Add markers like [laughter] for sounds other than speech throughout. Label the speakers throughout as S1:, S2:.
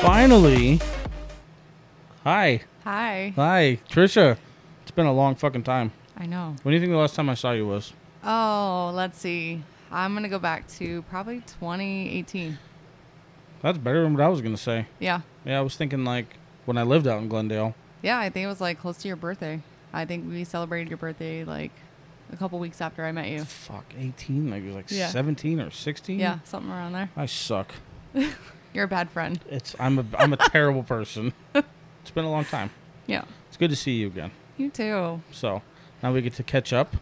S1: finally, hi,
S2: Hi.
S1: hi, Trisha. It's been a long fucking time.
S2: I know.
S1: When do you think the last time I saw you was?
S2: Oh, let's see. I'm going to go back to probably 2018.
S1: That's better than what I was gonna say.
S2: Yeah.
S1: Yeah, I was thinking like when I lived out in Glendale.
S2: Yeah, I think it was like close to your birthday. I think we celebrated your birthday like a couple weeks after I met you.
S1: Fuck, eighteen. Like it was like
S2: Yeah.
S1: seventeen or sixteen.
S2: Yeah, something around there.
S1: I suck.
S2: You're a bad friend.
S1: It's I'm a I'm a terrible
S2: [laughs]
S1: person. It's been a long time.
S2: Yeah.
S1: It's good to see you again.
S2: You too.
S1: So now we get to catch up,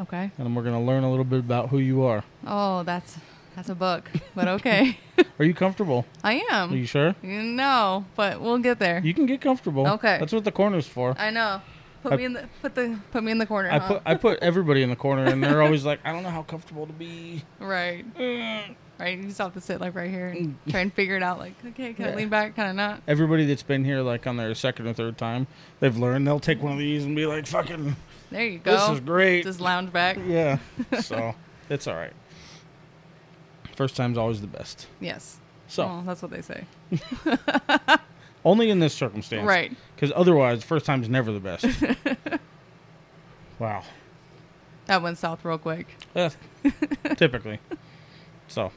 S2: Okay.
S1: and we're gonna learn a little bit about who you are.
S2: Oh, that's that's
S1: [laughs]
S2: a book. But okay.
S1: Are you comfortable?
S2: I
S1: Are you
S2: am.
S1: sure?
S2: No, but we'll get there.
S1: You can get comfortable.
S2: Okay.
S1: That's what the corner's for.
S2: I know. Put
S1: I-
S2: me in the put the put me in the corner.
S1: I
S2: huh?
S1: put I put everybody in the corner, and they're always like, I don't know how comfortable to be.
S2: Right. Right. You just have to sit like right here and try and figure it out. Like, okay, can
S1: Mm. Yeah.
S2: I lean back? Can I not?
S1: Everybody that's been here like on their second or third time, they've learned. They'll take one of these and be like, fucking,
S2: There you go.
S1: this is great.
S2: Just lounge back. [laughs]
S1: yeah. so it's all right. First time's always the best.
S2: Yes.
S1: So
S2: Well, that's what they say.
S1: only in this circumstance,
S2: Right.
S1: Because otherwise, first time's never the best.
S2: [laughs]
S1: wow.
S2: That went south real quick.
S1: Eh, typically. So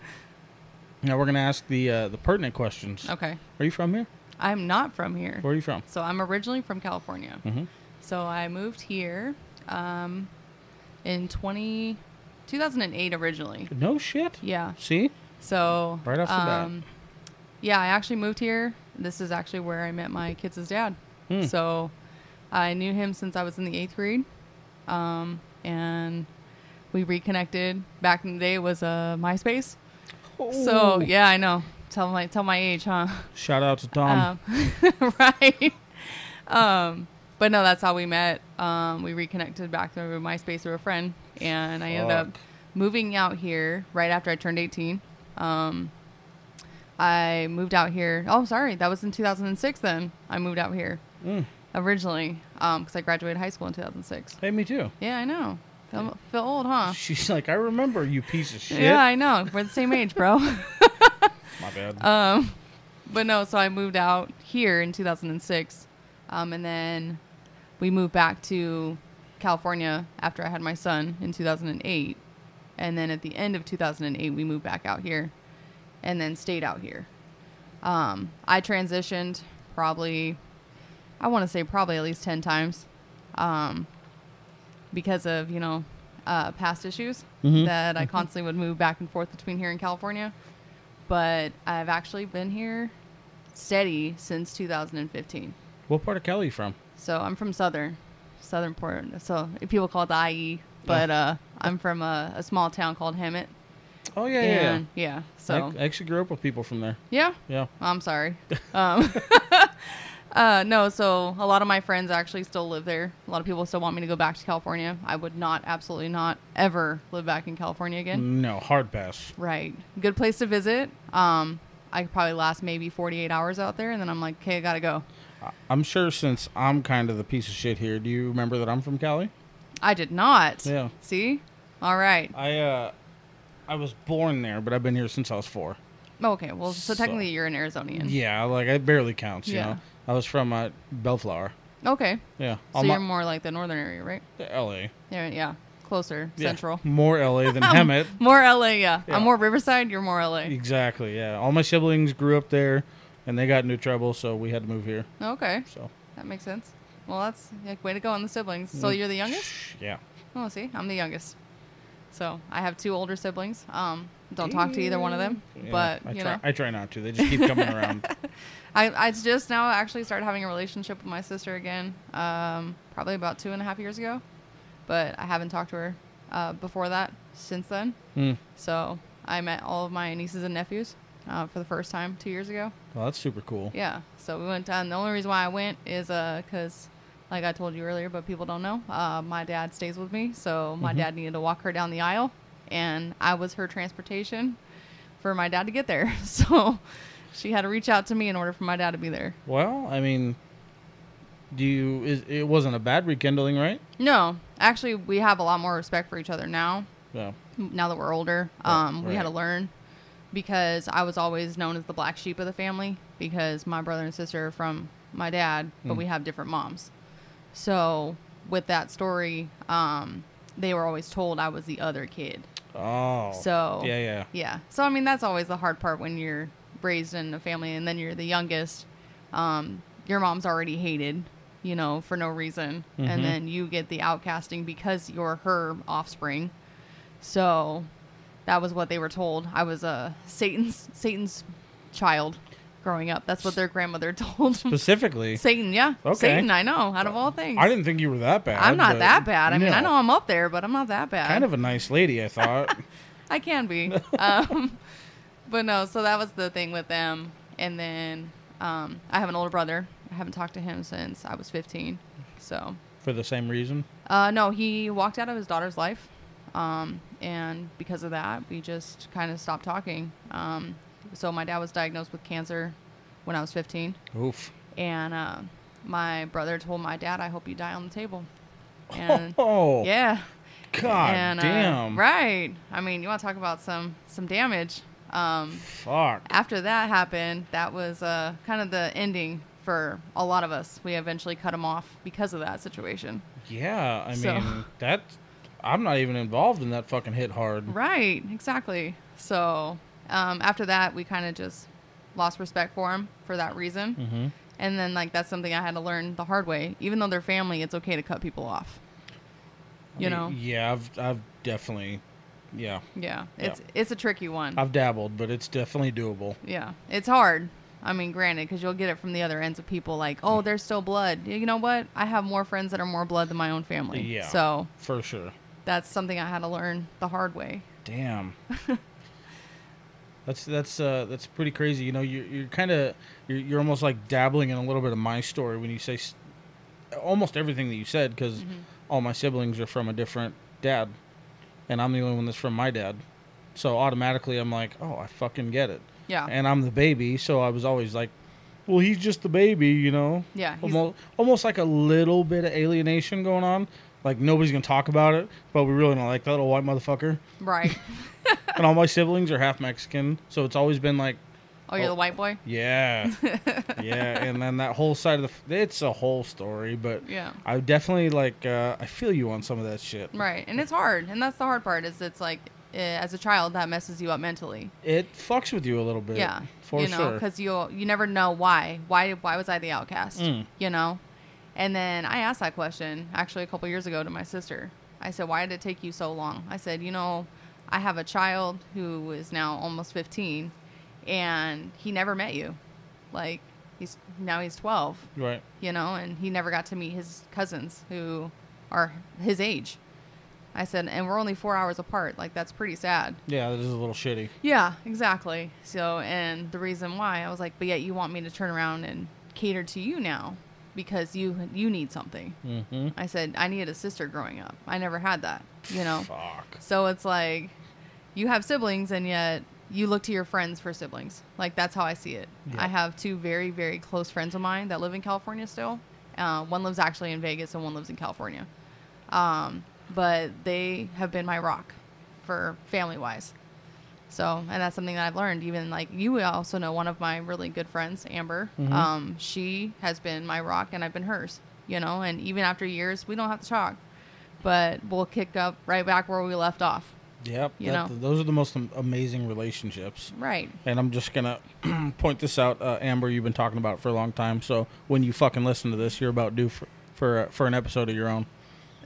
S1: now we're gonna ask the uh, the pertinent questions.
S2: Okay.
S1: Are you from here?
S2: I'm not from here.
S1: Where are you from?
S2: So I'm originally from California.
S1: Mhm.
S2: So I moved here um, in 20, 2008 originally.
S1: No shit.
S2: Yeah.
S1: See,
S2: So um,
S1: Right off the bat.
S2: yeah, I actually moved here. This is actually where I met my kids' dad.
S1: Hmm.
S2: So I knew him since I was in the eighth grade, um, and we reconnected. Back in the day, it was uh, MySpace. So yeah, I know. Tell my tell my age, huh?
S1: Shout out to Tom.
S2: um, [laughs] right. Um, but no, that's how we met. Um, we reconnected back through MySpace through a friend, and I ended up
S1: Fuck.
S2: moving out here right after I turned 18. Um, I moved out here. Oh, sorry, that was in 2006. Then I moved out here
S1: Mm.
S2: originally because I graduated high school in 2006.
S1: Hey, me too.
S2: Yeah, I know. Feel, feel old,
S1: [laughs]
S2: huh?
S1: She's like, I remember you piece of shit.
S2: uh, Yeah, I know. We're the same age,
S1: [laughs]
S2: bro.
S1: My bad.
S2: Um, but no, so I moved out here in 2006. Um, and then we moved back to California after I had my son in 2008. And then at the end of 2008, we moved back out here and then stayed out here. Um, I transitioned probably, I want to say probably at least 10 times um, because of, you know, uh, past issues
S1: Mhm.
S2: that I constantly would move back and forth between here and California. But I've actually been here steady since 2015.
S1: what part of Cali you from?
S2: So I'm from Southern, Southern Port. So people call it the IE, but uh, I'm from a, a small town called Hemet.
S1: Oh yeah, uh, yeah. yeah.
S2: And yeah,
S1: I-
S2: so
S1: I, actually grew up with people from there.
S2: yeah,
S1: Yeah.
S2: I'm sorry. Um, [laughs] uh, no, so a lot of my friends actually still live there. A lot of people still want me to go back to California. I would not, absolutely not, ever live back in California again.
S1: No, hard pass.
S2: Right. Good place to visit. Um, I could probably last maybe 48 hours out there, and then I'm like, okay, I gotta go.
S1: I- I'm sure since I'm kind of the piece of shit here. Do you remember that I'm from Cali?
S2: I did not.
S1: Yeah.
S2: See? All right.
S1: I uh, I was born there, but I've been here since I was four.
S2: Okay. Well, so
S1: So-
S2: technically you're an Arizonian.
S1: Yeah, like it barely counts. You
S2: Yeah.
S1: know, I was from uh, Bellflower.
S2: Okay.
S1: Yeah.
S2: So
S1: All
S2: you're
S1: my-
S2: more like the northern area, right?
S1: L.A.
S2: Yeah. Yeah. Closer.
S1: Yeah.
S2: Central.
S1: More L.A.
S2: [laughs]
S1: than Hemet.
S2: More LA. Yeah.
S1: Yeah.
S2: I'm more Riverside. You're more LA.
S1: Exactly. Yeah. All my siblings grew up there, and they got into trouble, so we had to move here.
S2: Okay.
S1: So.
S2: That makes sense. Well, that's like way to go on the siblings. So
S1: Mm.
S2: you're the youngest.
S1: Yeah.
S2: Oh, see, I'm the youngest. So I have two older siblings. Um, don't talk to either one of them.
S1: Yeah,
S2: But
S1: I
S2: you
S1: try,
S2: know,
S1: I try not to. They just keep coming
S2: [laughs]
S1: around.
S2: I, I just now actually started having a relationship with my sister again, um, probably about two and a half years ago, but I haven't talked to her uh, before that since then.
S1: Mm.
S2: So I met all of my nieces and nephews uh, for the first time two years ago.
S1: Well, that's super cool.
S2: Yeah, so we went down. The only reason why I went is because, like I told you earlier, but people don't know, uh, my dad stays with me. So my dad needed to walk her down the aisle, and I was her transportation for my dad to get there. [laughs] So she had to reach out to me in order for my dad to be there.
S1: Well, I mean, do you? Is, it wasn't a bad rekindling, right?
S2: No, actually, we have a lot more respect for each other now.
S1: Yeah.
S2: Now that we're older,
S1: Right,
S2: um, we had to
S1: right.
S2: learn because I was always known as the black sheep of the family because my brother and sister are from my dad, but we have different moms. So with that story, um, they were always told I was the other kid.
S1: Oh.
S2: So
S1: Yeah, yeah.
S2: yeah. So I mean, that's always the hard part when you're raised in a family and then you're the youngest. Um, your mom's already hated, you know, for no reason,
S1: Mhm.
S2: and then you get the outcasting because you're her offspring. So that was what they were told. I was a Satan's Satan's child growing up. That's what their grandmother [laughs] told them. [laughs]
S1: Specifically,
S2: Satan, yeah.
S1: Okay.
S2: Satan, I know. Out of all things,
S1: I didn't think you were that bad.
S2: I'm not
S1: but-
S2: that bad. I mean, I
S1: No.
S2: know I'm up there, but I'm not that bad.
S1: kind of a nice lady. I
S2: [laughs]
S1: thought.
S2: I can be. um, but no, so that was the thing with them. And then um, I have an older brother. I haven't talked to him since I was 15. So,
S1: For the same reason.
S2: uh, no, he walked out of his daughter's life. Um, and because of that, we just kind of stopped talking. Um, so, my dad was diagnosed with cancer when I was 15.
S1: Oof.
S2: And uh, my brother told my dad, I hope you die on the table.
S1: [laughs]
S2: And
S1: Oh.
S2: yeah.
S1: God
S2: and, uh,
S1: damn.
S2: right. I mean, you want to talk about some some damage. Um,
S1: Fuck.
S2: after that happened, that was uh, kind of the ending for a lot of us. We eventually cut him off because of that situation.
S1: Yeah. I
S2: So-
S1: mean
S2: [laughs]
S1: that. I'm not even involved in that fucking hit hard.
S2: Right, exactly. So um, after that, we kind of just lost respect for him for that reason.
S1: Mm-hmm.
S2: And then, like, that's something I had to learn the hard way. Even though they're family, it's okay to cut people off. You know?
S1: Yeah. I've I've definitely. Yeah.
S2: Yeah.
S1: Yeah.
S2: It's it's a tricky one.
S1: I've dabbled, but it's definitely doable.
S2: Yeah, it's hard. I mean, granted, because you'll get it from the other ends of people like,
S1: Mm.
S2: oh, there's still blood. You know what? I have more friends that are more blood than my own family.
S1: Yeah.
S2: So
S1: For sure.
S2: that's something I had to learn the hard way.
S1: Damn.
S2: [laughs]
S1: that's that's uh that's pretty crazy. You know, you you're kind of you're, you're almost like dabbling in a little bit of my story when you say s- almost everything that you said because
S2: Mm-hmm.
S1: all my siblings are from a different dad, and I'm the only one that's from my dad. So automatically, I'm like, oh, I fucking get it.
S2: Yeah.
S1: And I'm the baby, so I was always like, well, he's just the baby, you know.
S2: Yeah, he's-
S1: Almost, almost like a little bit of alienation going on. Like nobody's gonna talk about it, but we really don't like that little white
S2: [laughs]
S1: motherfucker [laughs]
S2: right.
S1: and all my siblings are half Mexican, so it's always been like,
S2: Oh, you're
S1: Oh.
S2: the white boy? [laughs]
S1: yeah, yeah. And then that whole side of the, f- it's a whole story, but
S2: Yeah.
S1: I definitely like, uh, I feel you on some of that shit.
S2: Right. And it's hard. And that's the hard part is it's like, eh, as a child, that messes you up mentally.
S1: It fucks with you a little bit,
S2: yeah.
S1: for
S2: you know,
S1: sure.
S2: because you you never know why. Why why was I the outcast?
S1: Mm.
S2: You know? And then I asked that question actually a couple years ago to my sister. I said, Why did it take you so long? I said, You know, I have a child who is now almost 15 and he never met you. Like, he's now he's 12,
S1: right?
S2: you know, and he never got to meet his cousins who are his age. I said, And we're only four hours apart. Like, that's pretty sad.
S1: Yeah, that is a little shitty.
S2: Yeah, exactly. So, and the reason why I was like, but yet you want me to turn around and cater to you now because you you need something.
S1: Mm-hmm.
S2: I said I needed a sister growing up. I never had that, you know.
S1: Fuck.
S2: So it's like you have siblings and yet you look to your friends for siblings. Like that's how I see it.
S1: Yeah.
S2: I have two very very close friends of mine that live in California still. Uh, one lives actually in Vegas and one lives in California. Um, but they have been my rock for family wise. So, and that's something that I've learned. Even like you also know one of my really good friends, Amber. Um, she has been my rock, and I've been hers. You know, and even after years, we don't have to talk, but we'll kick up right back where we left off.
S1: Yep.
S2: You
S1: that-
S2: know.
S1: Those are the most am- amazing relationships.
S2: Right.
S1: And I'm just gonna [clears throat] point this out, uh, Amber. You've been talking about it for a long time, so when you fucking listen to this, you're about due for for, uh, for an episode of your own.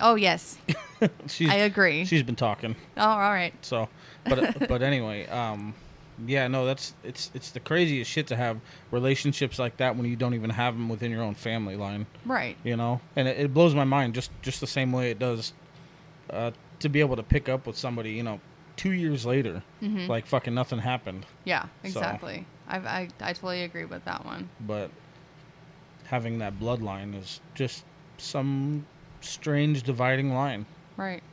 S2: Oh yes,
S1: [laughs] She's,
S2: I agree.
S1: She's been talking.
S2: oh, all right.
S1: So, but uh, [laughs] but anyway, um, yeah, no, that's it's it's the craziest shit to have relationships like that when you don't even have them within your own family line,
S2: Right.
S1: you know. And it, it blows my mind just just the same way it does uh, to be able to pick up with somebody, you know, two years later, like fucking nothing happened,
S2: Yeah.
S1: So.
S2: Exactly. i I I totally agree with that one.
S1: but having that bloodline is just some strange dividing line.
S2: Right.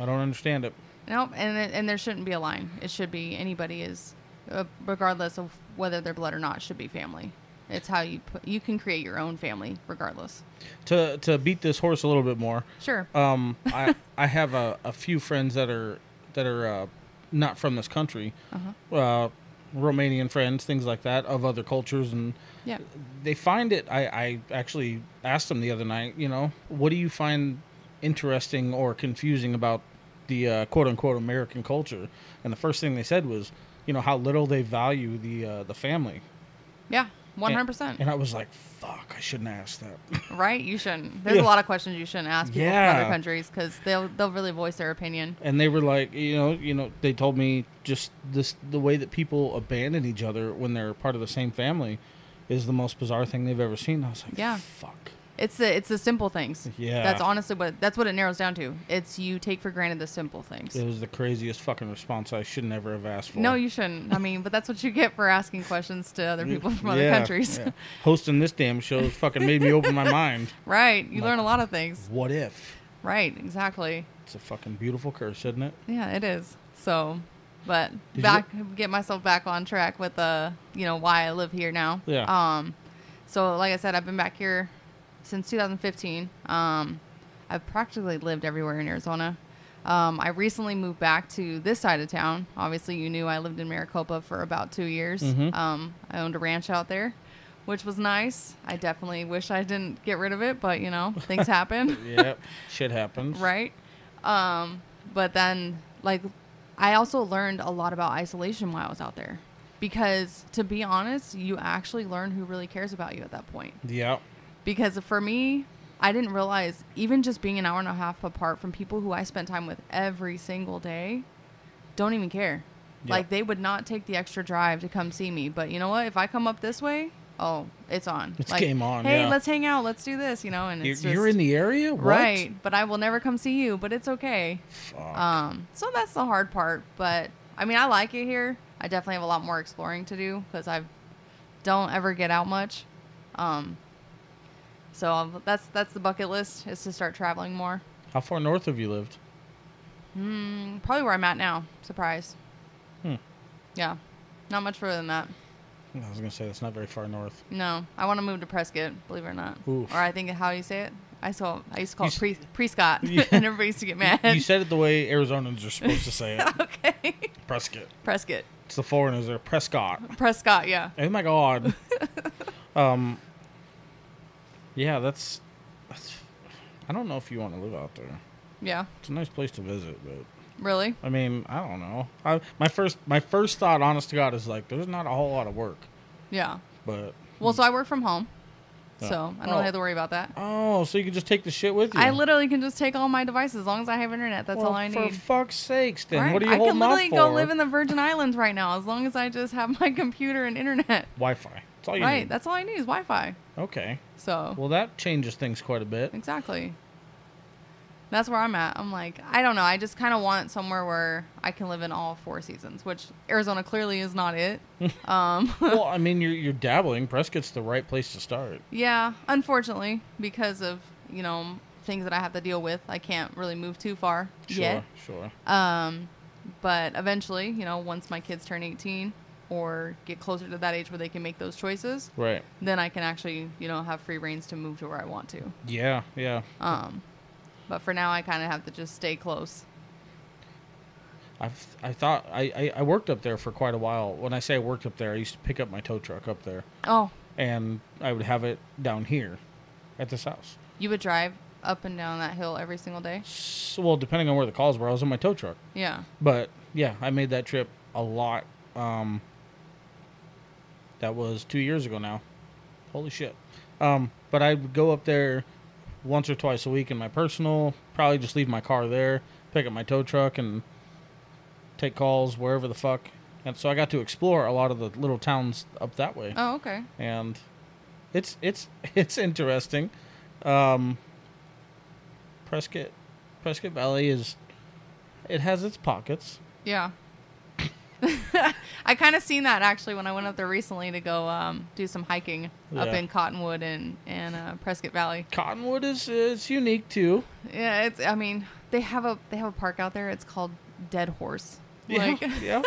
S1: I don't understand it.
S2: Nope, and th- and there shouldn't be a line. It should be anybody is, uh, regardless of whether they're blood or not, should be family. It's how you put, you can create your own family regardless.
S1: To to beat this horse a little bit more,
S2: Sure.
S1: Um, I I have a, a few friends that are that are uh, not from this country,
S2: Uh-huh.
S1: uh, Romanian friends, things like that, of other cultures, and
S2: Yeah.
S1: they find it. I, I actually asked them the other night, you know, what do you find interesting or confusing about the uh, quote unquote American culture? And the first thing they said was, you know, how little they value the uh, the family.
S2: Yeah. One
S1: And-
S2: hundred percent.
S1: And I was like, fuck, I shouldn't ask that. [laughs]
S2: Right? You shouldn't. There's
S1: Yeah.
S2: a lot of questions you shouldn't ask people from
S1: Yeah.
S2: other countries because they'll they'll really voice their opinion.
S1: and they were like, you know, you know, they told me just this the way that people abandon each other when they're part of the same family is the most bizarre thing they've ever seen. I was like,
S2: Yeah.
S1: fuck.
S2: It's the it's the simple things.
S1: [laughs] Yeah.
S2: That's honestly what that's what it narrows down to. It's you take for granted the simple things.
S1: It was the craziest fucking response I should never have asked for.
S2: No, you shouldn't. I mean, but that's what you get for asking questions to
S1: [laughs]
S2: other [laughs] people from other
S1: Yeah,
S2: countries. [laughs]
S1: yeah. Hosting this damn show has fucking made me open my mind.
S2: right. You
S1: Like-
S2: learn a lot of things.
S1: [laughs] What if?
S2: Right, exactly.
S1: It's a fucking beautiful curse, isn't
S2: [laughs]
S1: it?
S2: Yeah, it is. So but
S1: you-
S2: back get myself back on track with uh you know why I live here now.
S1: Yeah.
S2: Um so like I said, I've been back here since 2015. Um I've practically lived everywhere in Arizona. Um, I recently moved back to this side of town. Obviously, you knew I lived in Maricopa for about two years.
S1: Mhm.
S2: Um, I owned a ranch out there, which was nice. I definitely wish I didn't get rid of it, but you know,
S1: [laughs]
S2: things happen
S1: yep. Shit happens.
S2: right? Um, but then, like, I also learned a lot about isolation while I was out there, because to be honest, you actually learn who really cares about you at that point.
S1: Yep.
S2: Because for me, I didn't realize even just being an hour and a half apart from people who I spent time with every single day, don't even care.
S1: Yeah.
S2: Like they would not take the extra drive to come see me. But you know what? If I come up this way, oh, it's on.
S1: It's
S2: like,
S1: game on,
S2: Hey,
S1: yeah.
S2: let's hang out. Let's do this. You know, and
S1: You're,
S2: it's
S1: you're in
S2: just-
S1: the area? What?
S2: Right, but I will never come see you, but it's okay.
S1: Fuck.
S2: Um, so that's the hard part, but I mean, I like it here. I definitely have a lot more exploring to do because I don't ever get out much. Um, so um, that's that's the bucket list is to start traveling more.
S1: How far north have you lived?
S2: Mm, Probably where I'm at now. Surprise.
S1: Hmm.
S2: Yeah, not much further than that.
S1: I was going to say, that's not very far
S2: [laughs]
S1: north.
S2: No, I want to move to Prescott. Believe it or not,
S1: Oof.
S2: or I think how do you say it? I saw I used to call
S1: You
S2: it
S1: s-
S2: pre
S1: [laughs]
S2: Prescott,
S1: Yeah.
S2: [laughs] and everybody used to get mad.
S1: You said it the way Arizonans are supposed to say it.
S2: [laughs] okay,
S1: Prescott.
S2: Prescott,
S1: It's the foreigners there. Prescott.
S2: Prescott, yeah.
S1: Oh my
S2: [laughs]
S1: god. um. Yeah, that's. That's. I don't know if you want to live out there.
S2: Yeah,
S1: It's a nice place to visit, but
S2: really.
S1: I mean, I don't know. I, my first, my first thought, honest to God, is like, there's not a whole lot of work,
S2: Yeah.
S1: but
S2: Well, so I work from home,
S1: Yeah.
S2: so I don't
S1: Oh.
S2: have to worry about that.
S1: oh, so you can just take the shit with you.
S2: I literally can just take all my devices as long as I have internet. That's all
S1: Well,
S2: I
S1: for
S2: need.
S1: fuck's sakes, then
S2: Right?
S1: what are you
S2: I
S1: holding
S2: can literally
S1: out for?
S2: go live in the Virgin Islands right now as long as I just have my [laughs] computer and internet.
S1: Wi-Fi. That's all you
S2: Right,
S1: need.
S2: that's all I need is Wi-Fi.
S1: okay.
S2: So
S1: Well, that changes things quite a
S2: [laughs]
S1: bit.
S2: exactly. That's where I'm at. I'm like, I don't know. I just kind of want somewhere where I can live in all four seasons, which Arizona clearly is not it. um,
S1: well, I mean, you're you're dabbling. Prescott's the right place to start.
S2: Yeah, unfortunately, because of you know things that I have to deal with, I can't really move too far
S1: Sure,
S2: yet.
S1: sure.
S2: Um, but eventually, you know, once my kids turn 18 or get closer to that age where they can make those choices,
S1: Right.
S2: then I can actually you know have free reigns to move to where I want to.
S1: Yeah, yeah.
S2: Um, but for now, I kind of have to just stay close.
S1: I've, I thought I, I, I worked up there for quite a while. When I say I worked up there, I used to pick up my tow truck up there,
S2: Oh,
S1: and I would have it down here, at this house.
S2: you would drive up and down that hill every single day.
S1: S well, depending on where the calls were, I was in my tow truck.
S2: Yeah.
S1: But yeah, I made that trip a lot. Um, that was two years ago now. Holy shit! Um, but I would go up there once or twice a week in my personal. Probably just leave my car there, pick up my tow truck, and take calls wherever the fuck. And so I got to explore a lot of the little towns up that way,
S2: Oh, okay.
S1: and it's it's [laughs] it's interesting. Um, Prescott Prescott Valley is it has its pockets.
S2: Yeah. [laughs] I kind of seen that actually when I went up there recently to go um, do some hiking up
S1: Yeah.
S2: in Cottonwood and and uh, Prescott Valley.
S1: Cottonwood is is unique too.
S2: Yeah, it's. I mean, they have a they have a park out there. It's called Dead Horse.
S1: Yeah,
S2: Like
S1: [laughs] yeah.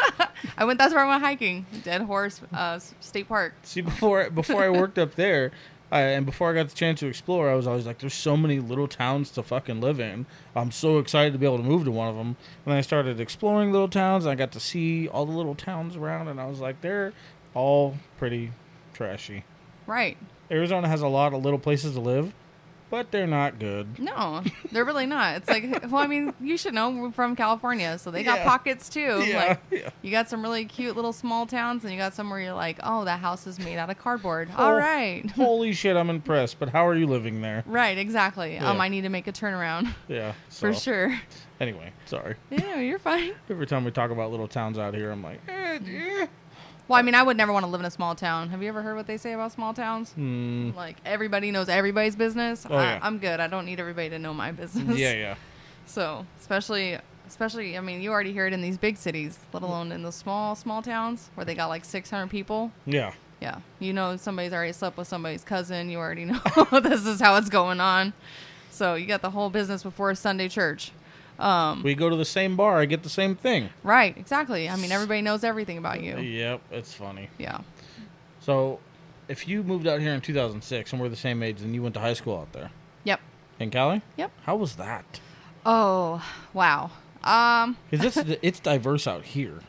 S2: I went. That's where I went hiking. Dead Horse uh, s- State Park.
S1: See, before before I worked up there, I, and before I got the chance to explore, I was always like, "There's so many little towns to fucking live in. I'm so excited to be able to move to one of them." And I started exploring little towns, and I got to see all the little towns around, and I was like, "They're all pretty trashy."
S2: Right.
S1: Arizona has a lot of little places to live, but they're not good.
S2: No, they're really not. It's like, [laughs] well, I mean, you should know we're from California, so they got
S1: Yeah.
S2: pockets too.
S1: yeah,
S2: Like, [laughs]
S1: yeah.
S2: you got some really cute little small towns, and you got some where you're like, oh, that house is made out of cardboard. All
S1: Hol-
S2: right.
S1: Holy shit, I'm impressed. But how are you living there?
S2: Right, exactly. Um,
S1: Yeah.
S2: I need to make a turnaround [laughs]
S1: Yeah,
S2: for
S1: so, [laughs]
S2: sure.
S1: Anyway, sorry.
S2: Yeah, you're fine.
S1: Every time we talk about little towns out here, I'm like, eh, eh.
S2: Well, I mean, I would never want to live in a small town. Have you ever heard what they say about small towns?
S1: Hmm.
S2: Like everybody knows everybody's business.
S1: Oh,
S2: I,
S1: yeah.
S2: I'm good. I don't need everybody to know my business.
S1: yeah, yeah.
S2: [laughs] So especially, especially, I mean, you already hear it in these big cities, let alone in the small, small towns where they got like 600 people.
S1: Yeah.
S2: Yeah, you know, somebody's already slept with somebody's cousin. You already [laughs] know this is how it's going on. So you got the whole business before Sunday church. Um,
S1: We go to the same bar, I get the same thing.
S2: right, exactly. I mean, everybody knows everything about you.
S1: Yep, it's funny.
S2: Yeah.
S1: So, if you moved out here in 2006 and we're the same age, and you went to high school out there
S2: Yep.
S1: in Cali,
S2: Yep.
S1: how was that?
S2: Oh, wow. Um,
S1: Because this it's diverse out here.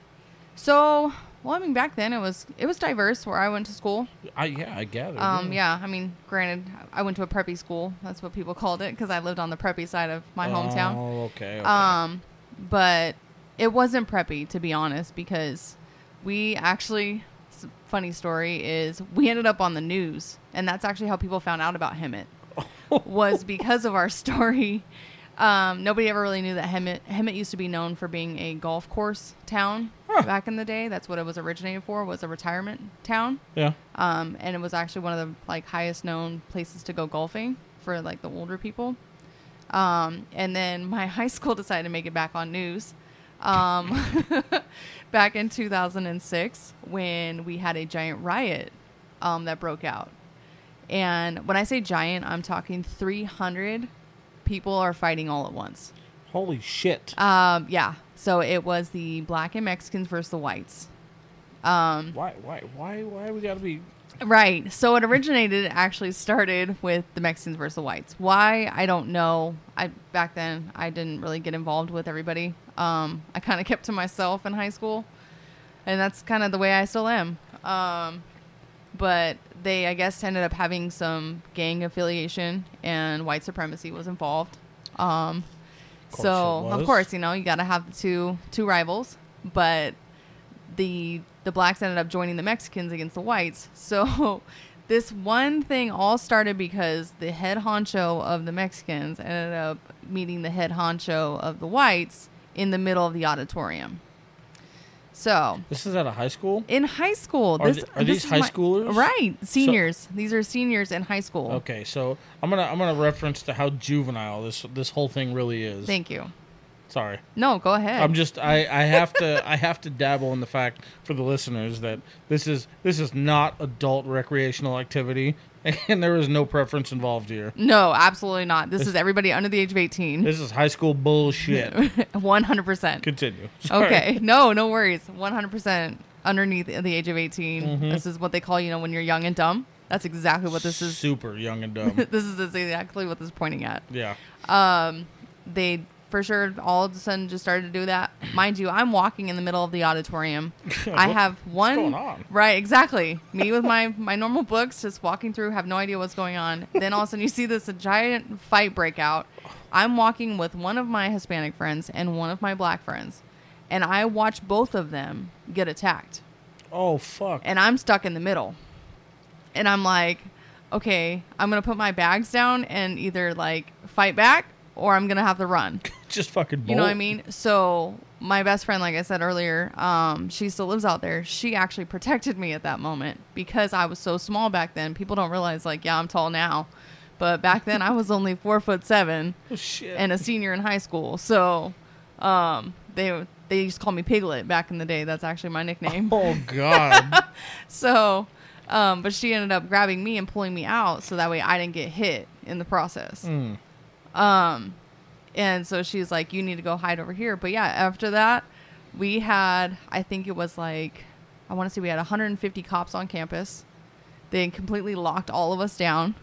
S2: so well, I mean, back then it was it was diverse where I went to school.
S1: I yeah, I gather.
S2: Um, yeah, I mean, granted, I went to a preppy school. That's what people called it because I lived on the preppy side of my hometown.
S1: Oh, okay. okay.
S2: Um, but it wasn't preppy to be honest because we actually s- funny story is we ended up on the news and that's actually how people found out about Hemet
S1: [laughs]
S2: was because of our story. Um, nobody ever really knew that Hemet Hemet used to be known for being a golf course town
S1: Huh.
S2: back in the day. That's what it was originated for was a retirement town
S1: yeah.
S2: um, and it was actually one of the like highest known places to go golfing for like the older people. Um, and then my [laughs] high school decided to make it back on news um, [laughs] back in 2006 when we had a giant riot um, that broke out. And when I say giant, I'm talking 300 people are fighting all at once.
S1: Holy shit.
S2: Um, yeah, so it was the black and Mexicans versus the whites. Um,
S1: why? Why? Why? Why we gotta be?
S2: Right. So it originated it actually started with the Mexicans versus the whites. Why I don't know. I back then I didn't really get involved with everybody. Um, I kind of kept to myself in high school, and that's kind of the way I still am. Um, but they I guess ended up having some gang affiliation and white supremacy was involved. Um,
S1: course
S2: so
S1: it
S2: of
S1: was.
S2: course you know you got to have the two two rivals, but the the blacks ended up joining the Mexicans against the whites. [laughs] So this one thing all started because the head honcho of the Mexicans ended up meeting the head honcho of the whites in the middle of the auditorium. So
S1: This is at a high school.
S2: in high school,
S1: Are
S2: this
S1: th- are
S2: this
S1: these
S2: is
S1: high schoolers?
S2: right? Seniors. these are seniors in high school.
S1: Okay, so I'm gonna I'm gonna reference to how juvenile this this whole thing really is.
S2: Thank you.
S1: Sorry.
S2: No, go ahead.
S1: I'm just I, I have to [laughs] I have to dabble in the fact for the listeners that this is this is not adult recreational activity [laughs] and there is no preference involved here.
S2: no, absolutely not. This is everybody under the age of 18.
S1: This is high school
S2: [laughs]
S1: bullshit.
S2: 100%.
S1: Continue. [laughs] Sorry.
S2: [laughs] Okay. No, no worries. 100% underneath the age of 18.
S1: Mm-hmm.
S2: This is what they call, you know, when you're young and dumb. That's exactly what this is.
S1: super young and
S2: [laughs]
S1: dumb.
S2: this is exactly what this is pointing at.
S1: yeah.
S2: They for sure all of a sudden just started to do that. Mind you, I'm walking in the middle of
S1: [laughs]
S2: the auditorium. I
S1: What-
S2: have one
S1: going on?
S2: right, exactly. Me with my my normal books, just walking through, have no idea what's going on. Then all of a sudden, you see this giant fight break out. I'm walking with one of my Hispanic friends and one of my black friends, and I watch both of them get attacked
S1: Oh fuck.
S2: and I'm stuck in the middle. And I'm like, okay, I'm gonna put my bags down and either like fight back or I'm gonna have to run.
S1: just fucking bolt.
S2: You know what I mean? So my best friend, like I said earlier, um, she still lives out there. She actually protected me at that moment because I was so small back then. People don't realize, like, yeah, I'm tall now, but back then I was only four foot seven
S1: Oh, shit.
S2: and a senior in high school. So um, they they used to call me Piglet back in the day. That's actually my nickname.
S1: oh
S2: [laughs]
S1: god.
S2: So, um, but she ended up grabbing me and pulling me out so that way I didn't get hit in the process.
S1: Mm.
S2: Um, and so she's like, "You need to go hide over here." But yeah, after that, we had I think it was like I want to say we had 150 cops on campus. They completely locked all of us down,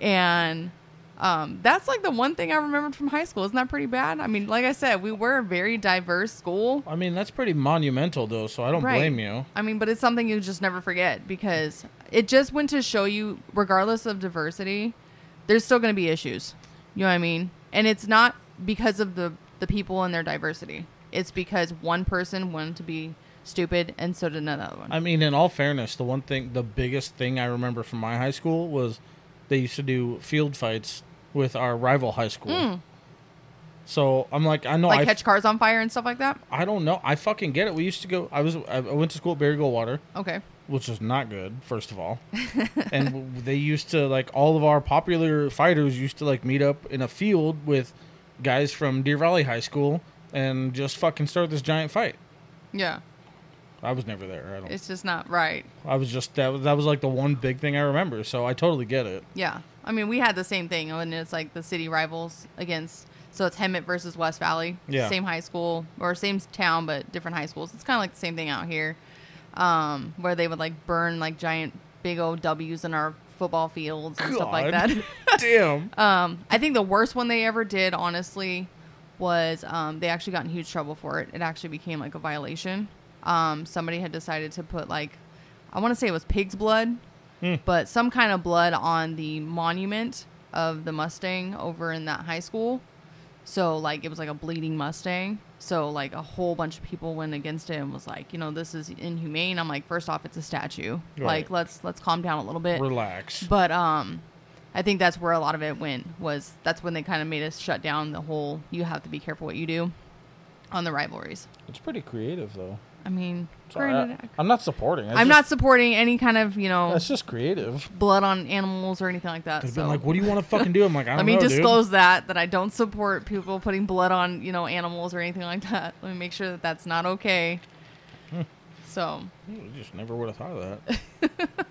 S2: and um, that's like the one thing I remembered from high school. Isn't that pretty bad? I mean, like I said, we were a very diverse school.
S1: I mean, that's pretty monumental, though, so I don't
S2: Right.
S1: blame you.
S2: I mean, but it's something you just never forget because it just went to show you, regardless of diversity, there's still going to be issues. You know what I mean? And it's not because of the the people and their diversity. It's because one person wanted to be stupid, and so did another one.
S1: I mean, in all fairness, the one thing, the biggest thing I remember from my high school was they used to do field fights with our rival high school. So I'm like, I know
S2: Hmm. like
S1: I,
S2: catch cars on fire and stuff like that.
S1: I don't know. I fucking get it. We used to go. I was. I I went to school at Barry Goldwater,
S2: Okay.
S1: which is not good, first of all.
S2: [laughs]
S1: and w- they used to like all of our popular fighters used to like meet up in a field with guys from Deer Valley High School and just fucking start this giant fight.
S2: Yeah.
S1: I was never there. I don't.
S2: It's just not right.
S1: I was just that. was- That was like the one big thing I remember. So I totally get it.
S2: Yeah. I mean, we had the same thing, and it's like the city rivals against. So it's Hemet versus West Valley.
S1: Yeah.
S2: Same high school or same town, but different high schools. It's kind of like the same thing out here, um, where they would like burn like giant big old W's in our football fields and stuff like
S1: God.
S2: that.
S1: [laughs]
S2: [laughs]
S1: Damn.
S2: Um, I think the worst one they ever did, honestly, was um, they actually got in huge trouble for it. It actually became like a violation. Um, somebody had decided to put like, I want to say it was pig's blood, but some kind of blood on the monument of the Mustang over in that high school. So like it was like a bleeding Mustang. So like a whole bunch of people went against it and was like, you know, this is inhumane. I'm like, first off, it's a statue.
S1: Right.
S2: Like let's let's calm down a little bit.
S1: Relax.
S2: But um, I think that's where a lot of it went. Was that's when they kind of made us shut down the whole. You have to be careful what you do, on the rivalries.
S1: It's pretty creative though.
S2: I mean,
S1: So
S2: granted,
S1: I, am not supporting. I
S2: I'm
S1: just-
S2: not supporting any kind of you know
S1: That's just creative.
S2: blood on animals or anything like that.
S1: They've
S2: So
S1: been like, "What do you want to fucking do?" I'm
S2: [laughs]
S1: like, I don't
S2: let me
S1: know, dude."
S2: disclose that that I don't support people putting blood on you know animals or anything like that. Let me make sure that that's not okay.
S1: Hmm.
S2: so [laughs]
S1: I just never would have thought of that. [laughs]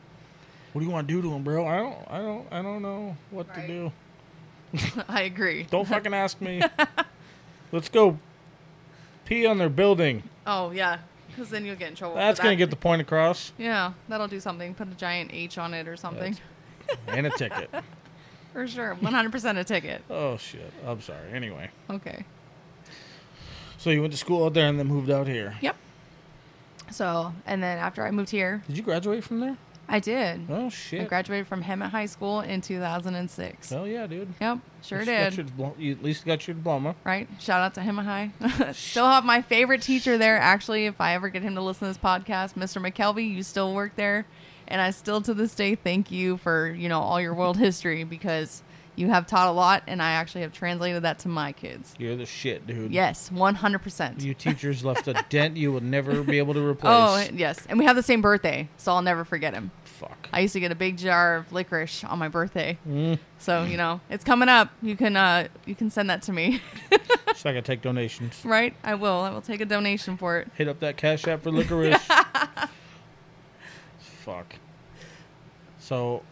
S1: what do you want to do to him, bro? I don't, I don't, I don't know what to
S2: Right.
S1: do.
S2: I agree. [laughs]
S1: Don't fucking ask me. Let's go pee on their building.
S2: Oh yeah, because then you'll get in trouble. for
S1: That's gonna
S2: that. [laughs]
S1: get the point across
S2: Yeah, that'll do something. Put a giant H on it or something.
S1: and a ticket.
S2: For sure. 100% a ticket.
S1: Oh shit! I'm sorry. Anyway,
S2: Okay.
S1: so you went to school out there and then moved out here.
S2: Yep. So, and then after I moved here,
S1: Did you graduate from there?
S2: I did.
S1: Oh
S2: I
S1: shit!
S2: graduated from Hemet High School in 2006.
S1: Hell yeah, dude.
S2: Yep, sure
S1: You
S2: did.
S1: got your diplo- you at least got your diploma.
S2: right? Shout out to Hema High. [laughs] still have my favorite teacher there, actually. If I ever get him to listen to this podcast, Mr. McKelvey, you still work there. And I still to this day thank you for, you know, all your world history because you have taught a lot and I actually have translated that to my kids.
S1: You're the shit, dude.
S2: Yes, 100%.
S1: You teachers left
S2: [laughs]
S1: a dent you will never be able to replace.
S2: Oh, yes. And we have the same birthday, so I'll never forget him.
S1: fuck.
S2: I used to get a big jar of licorice on my birthday. So, you know, it's coming up. You can uh you can send that to me, [laughs]
S1: Just like I take donations.
S2: right? I will. I will take a donation for it.
S1: Hit up that cash app for
S2: [laughs]
S1: licorice. Fuck. So,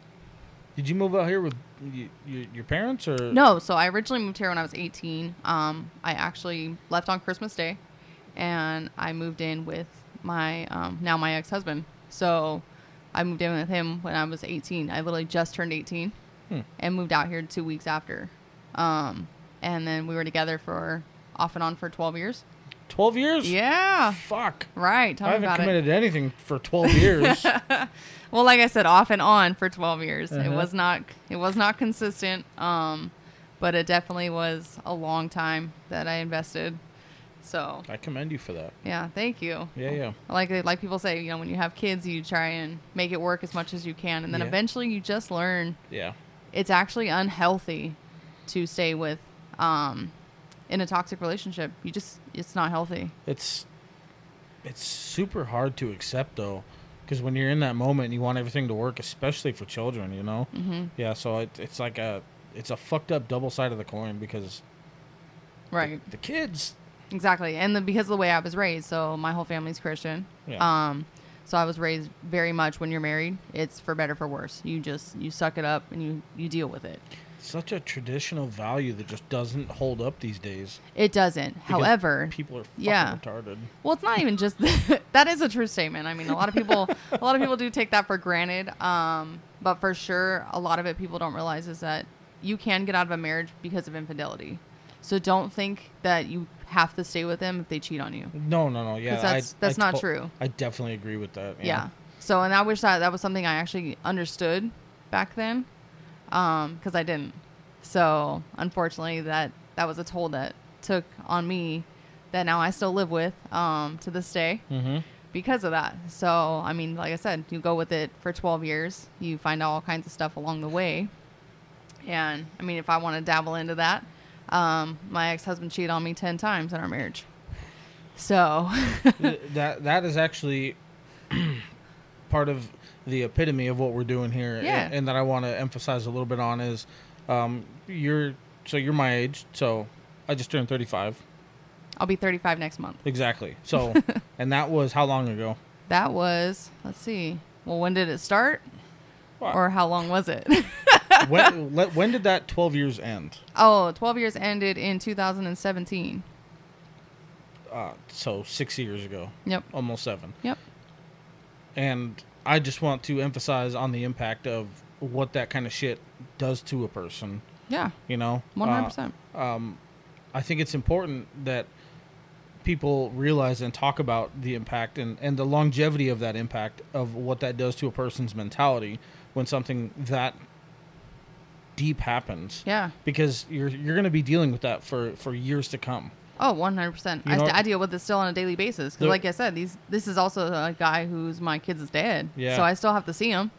S1: did you move out here with y y your parents or
S2: No, so I originally moved here when I was 18. Um I actually left on Christmas Day and I moved in with my um now my ex-husband. So, I moved in with him when I was 18. I literally just turned 18.
S1: Hmm.
S2: and moved out here two weeks after. Um, and then we were together for off and on for 12 years.
S1: Twelve years?
S2: Yeah.
S1: Fuck.
S2: Right. Tell
S1: I
S2: me
S1: haven't
S2: about it.
S1: committed to anything for twelve
S2: [laughs]
S1: years.
S2: Well, like I said, off and on for 12 years. It
S1: Uh-huh.
S2: was not, it was not consistent. Um, but it definitely was a long time that I invested. So
S1: I commend you for that.
S2: yeah, thank you.
S1: Yeah, yeah.
S2: Like, like people say, you know, when you have kids, you try and make it work as much as you can. And then
S1: Yeah.
S2: eventually you just learn
S1: Yeah.
S2: it's actually unhealthy to stay with um in a toxic relationship you just it's not healthy
S1: It's it's super hard to accept though, because when you're in that moment, you want everything to work, especially for children. You know.
S2: mm-hmm.
S1: Yeah. So it, it's like a it's a fucked up double side of the coin because
S2: right
S1: the kids
S2: exactly and the, because of the way i was raised so my whole family's christian
S1: Yeah.
S2: um so i was raised very much when you're married it's for better for worse you just you suck it up and you you deal with it
S1: such a traditional value that just doesn't hold up these days.
S2: It doesn't.
S1: because
S2: However,
S1: people are fucking
S2: yeah.
S1: retarded.
S2: Well, it's not even just [laughs] that is a true statement. I mean, a lot of people, a lot of people do take that for granted. Um, but for sure, a lot of it people don't realize is that you can get out of a marriage because of infidelity. So don't think that you have to stay with them if they cheat on you.
S1: No, no, no. Yeah, I-
S2: that's-
S1: I
S2: that's not
S1: to-
S2: true.
S1: I definitely agree with that.
S2: Yeah. So and I wish that that was something I actually understood back then, because I didn't. So unfortunately, that that was a toll that took on me that now I still live with um, to this day.
S1: Mm-hmm.
S2: because of that. So, I mean, like I said, you go with it for 12 years, you find out all kinds of stuff along the way. And I mean, if I want to dabble into that, um, my ex husband cheated on me 10 times in our marriage. So, [laughs]
S1: Th- that that is actually [clears throat] part of the epitome of what we're doing here
S2: Yeah.
S1: and, and that I want to emphasize a little bit on is um, you're so you're my age so I just turned 35
S2: I'll be 35 next month.
S1: exactly so and that was how long ago
S2: That was, let's see. Well, when did it start?
S1: Well,
S2: Or how long was it? [laughs]
S1: when, le- when did that 12 years end
S2: oh, 12 years ended in 2017.
S1: uh, so six years ago
S2: Yep.
S1: almost seven
S2: Yep.
S1: and I just want to emphasize on the impact of what that kind of shit does to a person
S2: Yeah.
S1: you know Uh,
S2: 100%.
S1: um, I think it's important that people realize and talk about the impact and, and the longevity of that impact of what that does to a person's mentality when something that deep happens.
S2: yeah.
S1: Because you're you're going to be dealing with that for, for years to come.
S2: Oh, 100%.
S1: You
S2: I,
S1: know-
S2: I deal with this still on a daily basis. Because,
S1: There-
S2: like I said, these this is also a guy who's my kid's is dead.
S1: Yeah.
S2: So I still have to see him.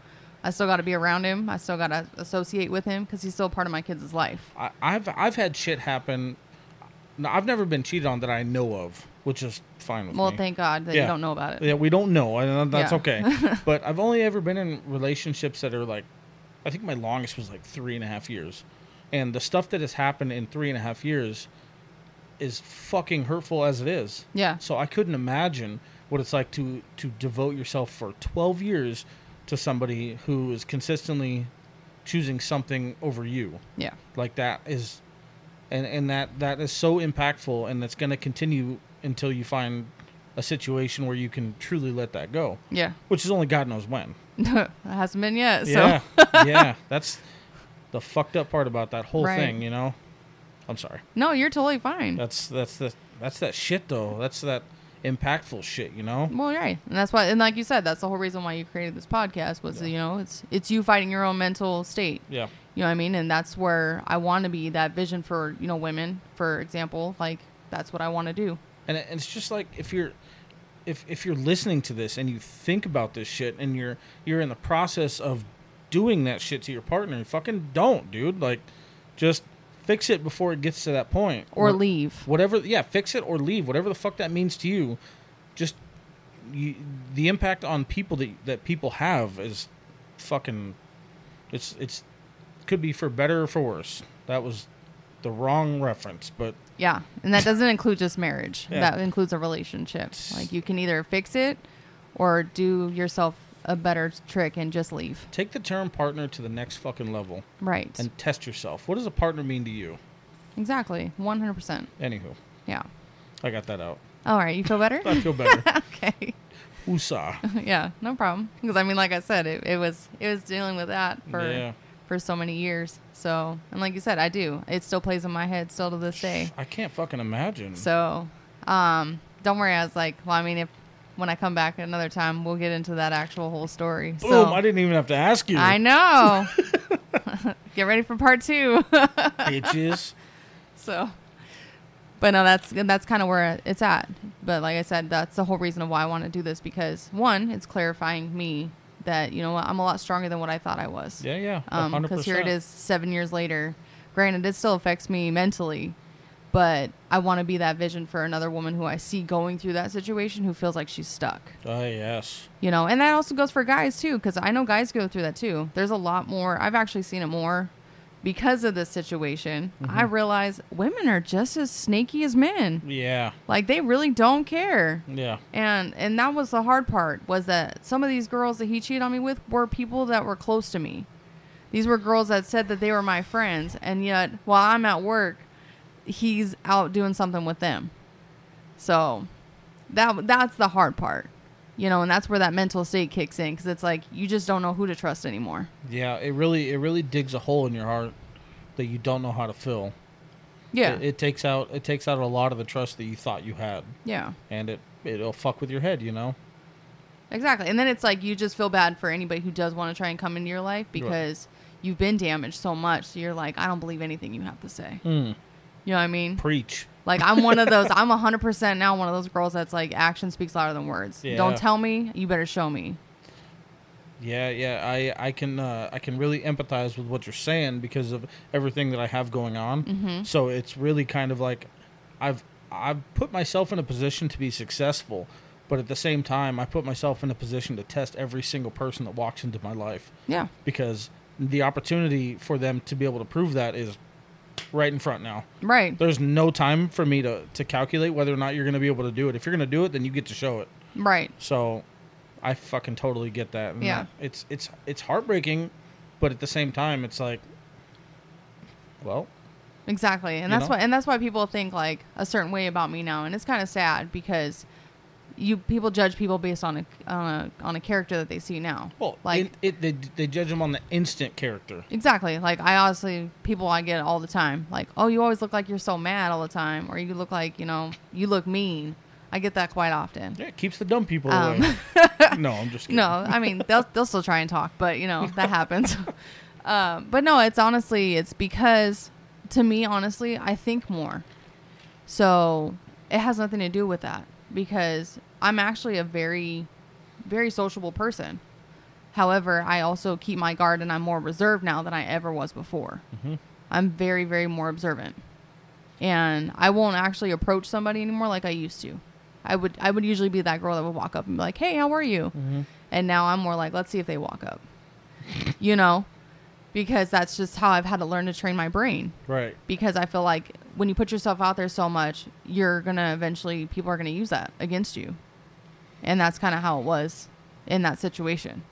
S2: I still got to be around him. I still got to associate with him because he's still part of my kids' life.
S1: I, I've I've had shit happen. No, I've never been cheated on that I know of, which is fine with
S2: Well,
S1: me.
S2: thank God that
S1: Yeah.
S2: you don't know about it.
S1: Yeah, we don't know, and that's
S2: Yeah. [laughs]
S1: okay. but I've only ever been in relationships that are like, I think my longest was like three and a half years, and the stuff that has happened in three and a half years is fucking hurtful as it is.
S2: Yeah.
S1: So I couldn't imagine what it's like to to devote yourself for twelve years to somebody who is consistently choosing something over you
S2: Yeah.
S1: like that is and and that that is so impactful and that's going to continue until you find a situation where you can truly let that go
S2: Yeah. [laughs]
S1: which is only god knows when
S2: it hasn't been yet. So, [laughs]
S1: yeah yeah that's the fucked up part about that whole
S2: Right.
S1: thing you know i'm sorry
S2: no, you're totally fine.
S1: that's that's the that's that shit though that's that impactful shit you know
S2: Well, right, and that's why, and like you said, that's the whole reason why you created this podcast was,
S1: Yeah.
S2: you know, it's it's you fighting your own mental state.
S1: yeah
S2: You know what I mean? And that's where I want to be that vision for, you know, women, for example. Like, that's what I want to do.
S1: and it- and it's just like if you're if if you're listening to this and you think about this shit and you're you're in the process of doing that shit to your partner fucking don't dude like just fix it before it gets to that point
S2: Or
S1: Wha-
S2: leave.
S1: whatever yeah fix it or leave whatever the fuck that means to you just you, the impact on people that that people have is fucking it's it's could be for better or for worse that was the wrong reference but
S2: Yeah. And that doesn't include just marriage.
S1: Yeah.
S2: That includes a relationship. Like you can either fix it or do yourself a better trick and just leave.
S1: take the term partner to the next fucking level
S2: Right.
S1: and test yourself. What does a partner mean to you?
S2: exactly. 100%.
S1: Anywho,
S2: Yeah.
S1: I got that out.
S2: All right, you feel better?
S1: I feel better.
S2: [laughs] okay.
S1: Usa.
S2: yeah, no problem. Because I mean, like I said, it, it was it was dealing with that [laughs] for
S1: Yeah.
S2: for so many years. So, and like you said, I do. It still plays in my head still to this day.
S1: I can't fucking imagine.
S2: So, um, don't worry. I was like, well, I mean, if when I come back another time, we'll get into that actual whole story.
S1: Boom!
S2: so,
S1: I didn't even have to ask you,
S2: I know.
S1: [laughs]
S2: [laughs] get ready for part two. [laughs]
S1: bitches.
S2: so, but no, that's and that's kind of where it's at. But like I said, that's the whole reason of why I want to do this because one, it's clarifying me that you know what I'm a lot stronger than what I thought I was.
S1: Yeah, yeah.
S2: Um 'cause
S1: 100%.
S2: because here it is seven years later granted it still affects me mentally but i want to be that vision for another woman who i see going through that situation who feels like she's stuck
S1: Ah, yes.
S2: you know and that also goes for guys too because i know guys go through that too there's a lot more i've actually seen it more because of this situation i realize women are just as snaky as men
S1: Yeah,
S2: like they really don't care
S1: yeah.
S2: and and that was the hard part was that some of these girls that he cheated on me with were people that were close to me These were girls that said that they were my friends, and yet while I'm at work, he's out doing something with them. So that that's the hard part, you know, and that's where that mental state kicks in because it's like you just don't know who to trust anymore.
S1: Yeah, it really it really digs a hole in your heart that you don't know how to fill.
S2: Yeah,
S1: It, it takes out it takes out a lot of the trust that you thought you had,
S2: yeah,
S1: and it it'll fuck with your head, you know.
S2: exactly. And then it's like you just feel bad for anybody who does want to try and come into your life because you've been damaged so much. So you're like, I don't believe anything you have to say.
S1: Mm,
S2: You know what I mean?
S1: preach.
S2: Like I'm one of
S1: [laughs]
S2: those. I'm 100% now one of those girls that's like action speaks louder than words.
S1: Yeah.
S2: Don't tell me, you better show me.
S1: Yeah, yeah, I I can uh, I can really empathize with what you're saying because of everything that I have going on.
S2: Mhm.
S1: So it's really kind of like I've I've put myself in a position to be successful, but at the same time I put myself in a position to test every single person that walks into my life
S2: Yeah.
S1: because the opportunity for them to be able to prove that is right in front now.
S2: Right.
S1: There's no time for me to to calculate whether or not you're going to be able to do it. If you're going to do it, then you get to show it.
S2: Right.
S1: So I fucking totally get that. And
S2: Yeah.
S1: It's it's it's heartbreaking, but at the same time it's like well,
S2: Exactly. And
S1: You
S2: that's
S1: know?
S2: why and that's why people think like a certain way about me now and it's kind of sad because you people judge people based on a on a on a character that they see now.
S1: well,
S2: like
S1: it, it they they judge them on the instant character.
S2: Exactly. Like I honestly, people I get all the time, like, "Oh, you always look like you're so mad all the time," or "You look like you know, you look mean." I get that quite often.
S1: Yeah, it keeps the dumb people
S2: Um, [laughs]
S1: away. no, I'm just kidding.
S2: No, I mean they'll they'll still try and talk, but you know
S1: [laughs]
S2: that happens. [laughs] um, but no, it's honestly it's because to me, honestly, I think more. So it has nothing to do with that because I'm actually a very, very sociable person. However, I also keep my guard and I'm more reserved now than I ever was before.
S1: Mm-hmm.
S2: I'm very, very more observant, and I won't actually approach somebody anymore like I used to. I would I would usually be that girl that would walk up and be like, "Hey, how are you?"
S1: Mm-hmm.
S2: And now I'm more like, "Let's see if they walk up," you know, because that's just how I've had to learn to train my brain.
S1: Right.
S2: Because I feel like when you put yourself out there so much, you're gonna eventually people are gonna use that against you, and that's kind of how it was in that situation.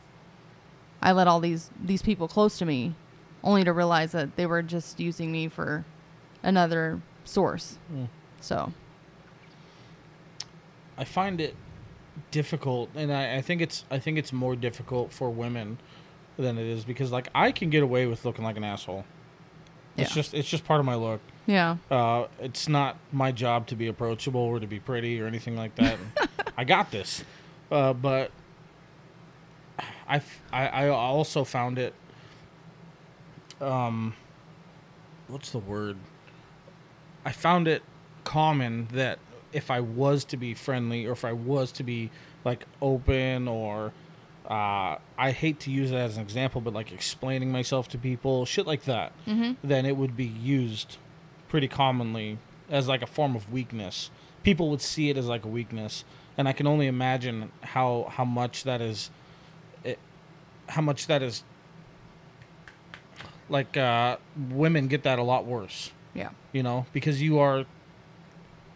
S2: I let all these these people close to me, only to realize that they were just using me for another source.
S1: Mm.
S2: So
S1: I find it difficult, and I, I think it's I think it's more difficult for women than it is because like I can get away with looking like an asshole. It's
S2: Yeah.
S1: just it's just part of my look.
S2: yeah,
S1: Uh, it's not my job to be approachable or to be pretty or anything like that. I got this, uh, but I, f- I- I also found it. Um, what's the word? I found it common that if I was to be friendly or if I was to be like open or uh, I hate to use that as an example, but like explaining myself to people, shit like that, then it would be used pretty commonly as like a form of weakness. People would see it as like a weakness, and I can only imagine how how much that is, it, how much that is. Like uh, women get that a lot worse
S2: yeah,
S1: you know because you are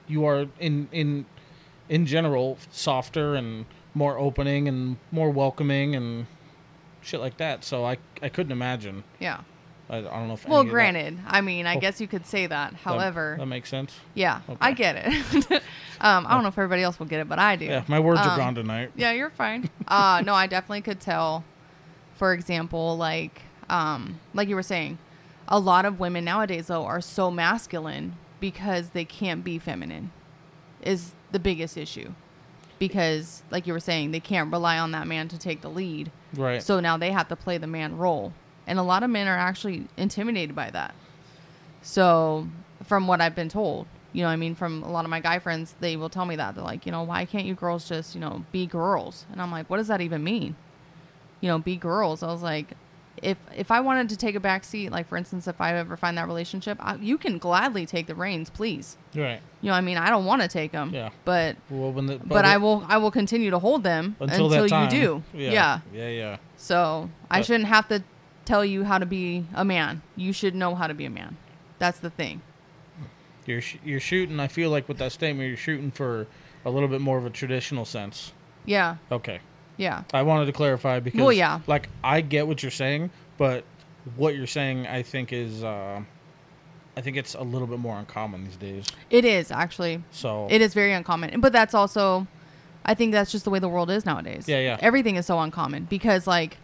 S1: you are in in in general softer and more opening and more welcoming and shit like that so i i couldn't imagine
S2: yeah.
S1: i, I don't know if any
S2: Well,
S1: of that-
S2: granted, I mean, I
S1: Oh.
S2: guess you could say that.
S1: that,
S2: However,
S1: that makes sense
S2: yeah, I
S1: okay.
S2: get it. [laughs] um, I don't know if everybody else will get it, but I do.
S1: yeah my words
S2: Um,
S1: are gone tonight
S2: Yeah, you're fine.
S1: [laughs]
S2: uh, no, I definitely could tell. For example, like um, like you were saying, a lot of women nowadays though are so masculine because they can't be feminine. Is the biggest issue. Because like you were saying, they can't rely on that man to take the lead.
S1: right
S2: So now they have to play the man role. And a lot of men are actually intimidated by that. So, from what I've been told, you know, I mean, from a lot of my guy friends, they will tell me that. They're like, you know, why can't you girls just, you know, be girls? And I'm like, what does that even mean? You know, be girls. I was like, if if I wanted to take a back seat, like for instance, if I ever find that relationship, I, you can gladly take the reins, please.
S1: right
S2: You know, I mean, I don't want to take them,
S1: Yeah.
S2: but
S1: well when the,
S2: but, I will I will continue to hold them
S1: until,
S2: until,
S1: that time,
S2: you do. yeah.
S1: yeah yeah yeah
S2: So I
S1: But-
S2: shouldn't have to tell you how to be a man. You should know how to be a man. That's the thing.
S1: you're sh- you're shooting i feel like with that statement you're shooting for a little bit more of a traditional sense
S2: Yeah.
S1: okay
S2: Yeah.
S1: I wanted to clarify because,
S2: Well, yeah.
S1: like I get what you're saying, but what you're saying, I think is, uh, I think it's a little bit more uncommon these days.
S2: It is actually.
S1: So
S2: It is very uncommon, but that's also, I think that's just the way the world is nowadays.
S1: Yeah, yeah.
S2: Everything is so uncommon because like,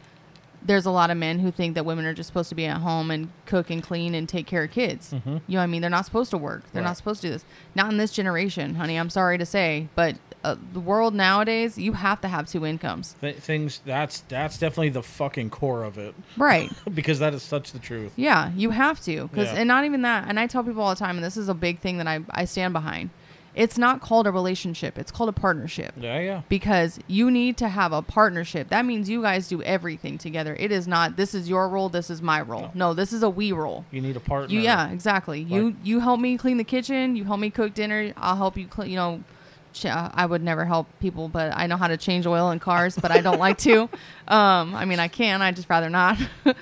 S2: there's a lot of men who think that women are just supposed to be at home and cook and clean and take care of kids. You know what I mean? They're not supposed to work. They're
S1: Mm-hmm. Right.
S2: not supposed to do this. Not in this generation, honey. I'm sorry to say, but uh, the world nowadays, you have to have two incomes.
S1: th- things that's that's definitely the fucking core of it [laughs]
S2: Right.
S1: because that is such the truth.
S2: Yeah, you have to. Cause,
S1: Yeah.
S2: And not even that. And I tell people all the time, and this is a big thing that I, I stand behind. It's not called a relationship, it's called a partnership
S1: Yeah, yeah.
S2: because you need to have a partnership. That means you guys do everything together. It is not, this is your role, this is my role. No, this is a we role.
S1: You need a partner.
S2: You, yeah, exactly. you
S1: Like-
S2: you help me clean the kitchen. You help me cook dinner. I'll help you. Clean, you know, ch- uh, I would never help people, but I know how to change oil in cars. But I don't like
S1: [laughs]
S2: to. Um, I mean, I can. I just rather not. [laughs]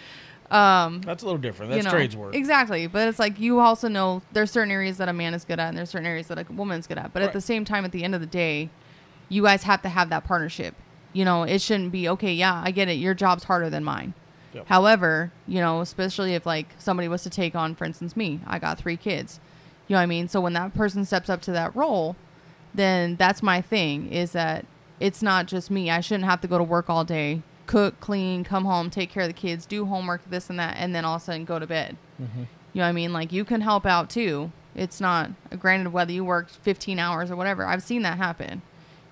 S2: um,
S1: That's a little different.
S2: you
S1: That's
S2: know,
S1: trades work.
S2: Exactly. But it's like you also know there's certain areas that a man is good at and there's certain areas that a woman's good at. But
S1: Right.
S2: at the same time, at the end of the day, you guys have to have that partnership. You know, it shouldn't be, okay, yeah, I get it. Your job's harder than mine.
S1: Yep.
S2: However, you know, especially if like somebody was to take on, for instance, me, I got three kids. You know what I mean? So when that person steps up to that role, then that's my thing is that it's not just me. I shouldn't have to go to work all day, cook, clean, come home, take care of the kids, do homework, this and that, and then all of a sudden go to bed. You know what I mean? Like you can help out too. It's not granted whether you worked 15 hours or whatever. I've seen that happen.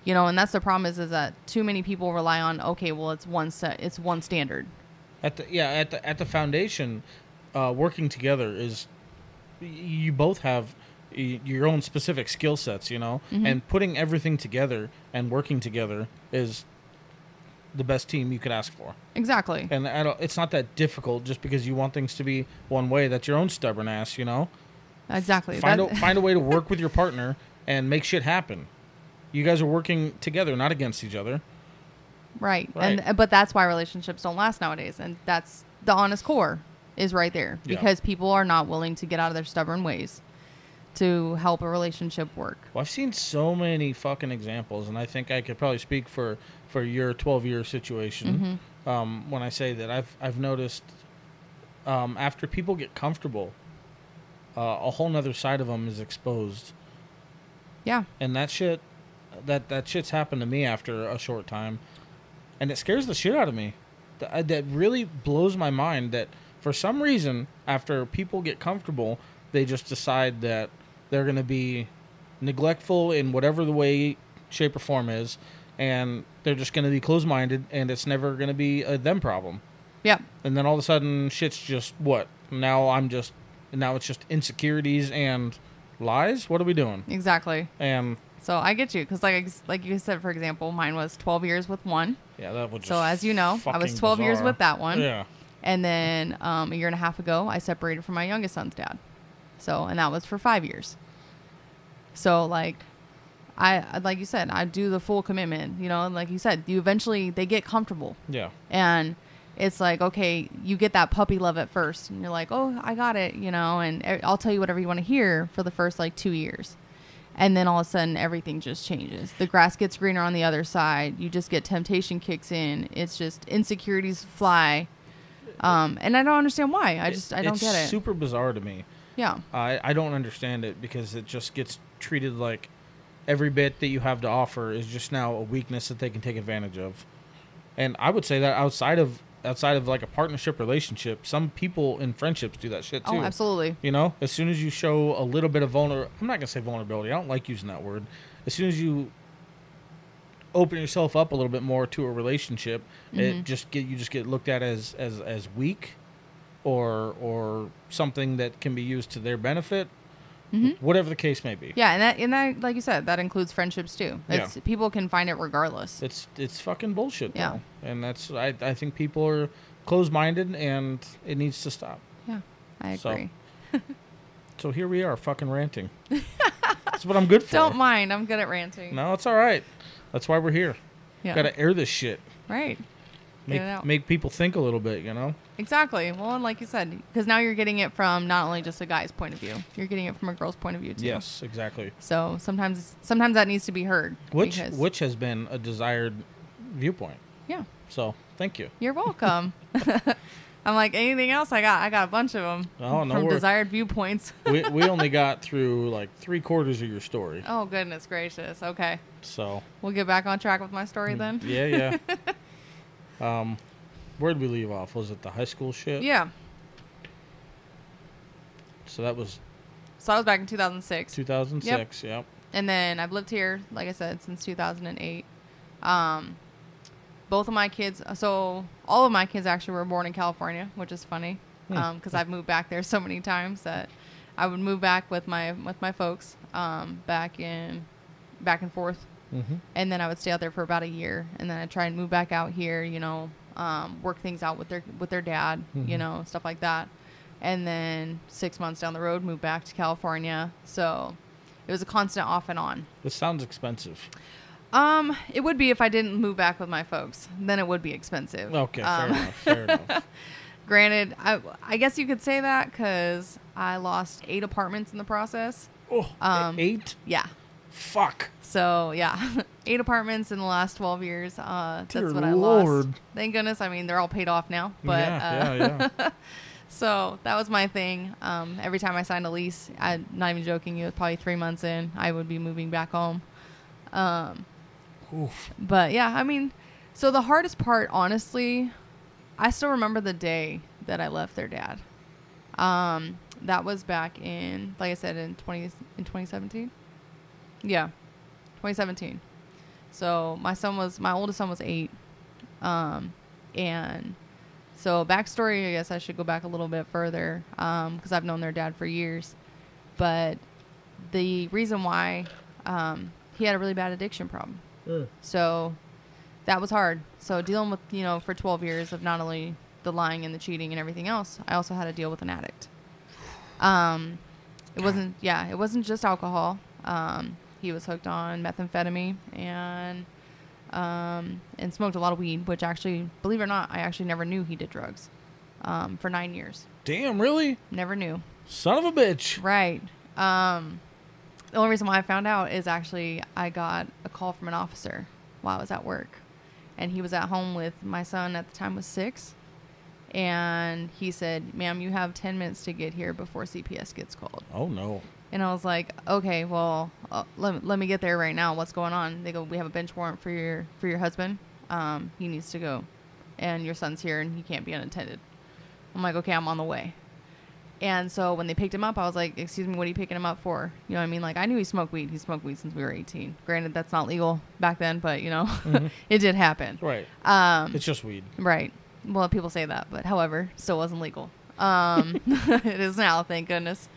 S2: You know, and that's the problem is, is that too many people rely on okay, well, it's one set, it's one standard.
S1: At the yeah, at the at the foundation, uh, working together is y- you both have y- your own specific skill sets, you know, and putting everything together and working together is the best team you could ask for.
S2: Exactly.
S1: And I don't, it's not that difficult just because you want things to be one way. That's your own stubborn ass, you know.
S2: Exactly.
S1: Find
S2: That-
S1: a, find a way to work with your partner and make shit happen. You guys are working together, not against each other.
S2: [laughs] right.
S1: Right.
S2: And uh, but that's why relationships don't last nowadays and that's the honest core is right there
S1: Yeah.
S2: because people are not willing to get out of their stubborn ways to help a relationship work.
S1: Well, I've seen so many fucking examples, and I think I could probably speak for for your twelve year situation um, when I say that I've I've noticed um, after people get comfortable, uh, a whole nother side of them is exposed,
S2: Yeah.
S1: and that shit that that shit's happened to me after a short time, and it scares the shit out of me. Th- I- That really blows my mind. That for some reason, after people get comfortable, they just decide that they're going to be neglectful in whatever the way, shape, or form is, and they're just going to be closed minded, and it's never going to be a them problem.
S2: Yeah.
S1: And then all of a sudden, shit's just what now? I'm just now it's just insecurities and lies. What are we doing?
S2: Exactly.
S1: And
S2: So I get you because, like, like you said, for example, mine was 12 years with one,
S1: Yeah, that would. Just
S2: So as you know, I was
S1: fucking
S2: 12 years
S1: bizarre.
S2: with that one.
S1: Yeah,
S2: and then um, a year and a half ago, I separated from my youngest son's dad. So, and that was for five years. So, like, I like you said, I do the full commitment. You know, and like you said, you eventually they get comfortable,
S1: yeah,
S2: and it's like okay, you get that puppy love at first, and you're like, oh, I got it, you know, and e- I'll tell you whatever you want to hear for the first like two years. And then all of a sudden, everything just changes. The grass gets greener on the other side. You just get temptation kicks in. It's just insecurities fly. Um, and I don't understand why. I just, I don't
S1: it's
S2: get it.
S1: Super bizarre to me.
S2: yeah.
S1: I I don't understand it because it just gets treated like every bit that you have to offer is just now a weakness that they can take advantage of. And I would say that outside of outside of like a partnership relationship, some people in friendships do that shit too.
S2: Oh, absolutely.
S1: You know, as soon as you show a little bit of vulner, I'm not gonna say vulnerability. I don't like using that word. As soon as you open yourself up a little bit more to a relationship,
S2: Mm-hmm.
S1: it just get you just get looked at as as as weak, or or something that can be used to their benefit, whatever the case may be.
S2: Mm-hmm. Yeah. And that, and that, like you said, that includes friendships too. It's, People can find it regardless.
S1: It's it's fucking bullshit.
S2: Yeah.
S1: though. and that's I I think people are closed minded and it needs to stop.
S2: Yeah. I
S1: So,
S2: agree.
S1: So here we are, fucking
S2: [laughs]
S1: ranting. that's what I'm good for.
S2: don't mind. I'm good at ranting.
S1: No, it's all right. That's why we're here.
S2: Yeah.
S1: Gotta air this shit.
S2: right. Get
S1: Make,
S2: it out.
S1: make people think a little bit, you know?
S2: Exactly. Well, and like you said, because now you're getting it from not only just a guy's point of view, you're getting it from a girl's point of view too.
S1: Yes, exactly.
S2: So sometimes, sometimes that needs to be heard.
S1: Which
S2: because-
S1: which has been a desired viewpoint.
S2: Yeah,
S1: So thank you.
S2: you're welcome. [laughs] I'm like anything else I got. I got a bunch of them
S1: Oh, no,
S2: from
S1: we're-
S2: desired viewpoints. [laughs]
S1: we, we only got through like three quarters of your story.
S2: oh goodness gracious. Okay,
S1: So
S2: we'll get back on track with my
S1: Mm.
S2: story then.
S1: yeah,
S2: [laughs]
S1: yeah. um, where'd we leave off? Was it the high school shit?
S2: Yeah.
S1: So that was
S2: So I was back in 2006,
S1: 2006. Yep.
S2: and then I've lived here, like I said, since 2008. Um, both of my kids, so all of my kids actually were born in California, which is funny
S1: Hmm.
S2: because I've moved back there so many times that I would move back with my with my folks um, back in back and forth
S1: Mm-hmm.
S2: and then I would stay out there for about a year, and then I try and move back out here, you know, um, work things out with their with their dad, you
S1: Mhm.
S2: know, stuff like that. And then six months down the road, moved back to California. So it was a constant off and on.
S1: This sounds expensive.
S2: Um, it would be if I didn't move back with my folks, then it would be expensive.
S1: Okay, fair
S2: Um,
S1: enough. Fair enough.
S2: Granted, I I guess you could say that because I lost eight apartments in the process.
S1: Oh,
S2: [laughs] Um,
S1: eight.
S2: Yeah.
S1: Fuck.
S2: So yeah, [laughs] eight apartments in the last twelve years. Uh, that's
S1: Dear
S2: what I
S1: Lord.
S2: lost. Thank goodness. I mean, they're all paid off now. But
S1: yeah,
S2: uh,
S1: yeah, yeah.
S2: so that was my thing. Um, every time I signed a lease, I'm not even joking. It was probably three months in, I would be moving back home. Um,
S1: Oof.
S2: but yeah, I mean, so the hardest part, honestly, I still remember the day that I left their dad. Um, that was back in, like I said, in twenty in twenty seventeen. Yeah, twenty seventeen. So my son was my oldest son was eight, um, and so backstory. I guess I should go back a little bit further because I've known their dad for years, but the reason why um, he had a really bad addiction problem. So that was hard. So dealing with, you know, for 12 years of not only the lying and the cheating and everything else, I also had to deal with an addict. Um, it wasn't, yeah, it wasn't just alcohol. Um, he was hooked on methamphetamine and um, and smoked a lot of weed, which actually, believe it or not, I actually never knew he did drugs um, for nine years.
S1: Damn, really?
S2: Never knew.
S1: Son of a bitch.
S2: Right. Um, the only reason why I found out is actually I got a call from an officer while I was at work, and he was at home with my son at the time was six, and he said, "Ma'am, you have ten minutes to get here before CPS gets called."
S1: Oh no.
S2: And I was like, "Okay, well, uh, let, let me get there right now. What's going on?" They go, "We have a bench warrant for your for your husband. Um, he needs to go, and your son's here, and he can't be unattended." I'm like, "Okay, I'm on the way." And so when they picked him up, I was like, "Excuse me, what are you picking him up for?" You know what I mean? Like, I knew he smoked weed. He smoked weed since we were 18. Granted, that's not legal back then, but you know, [laughs] it did happen.
S1: Right.
S2: Um,
S1: It's just weed.
S2: Right. Well, people say that, but however, still wasn't legal. Um, [laughs] it is now, thank goodness.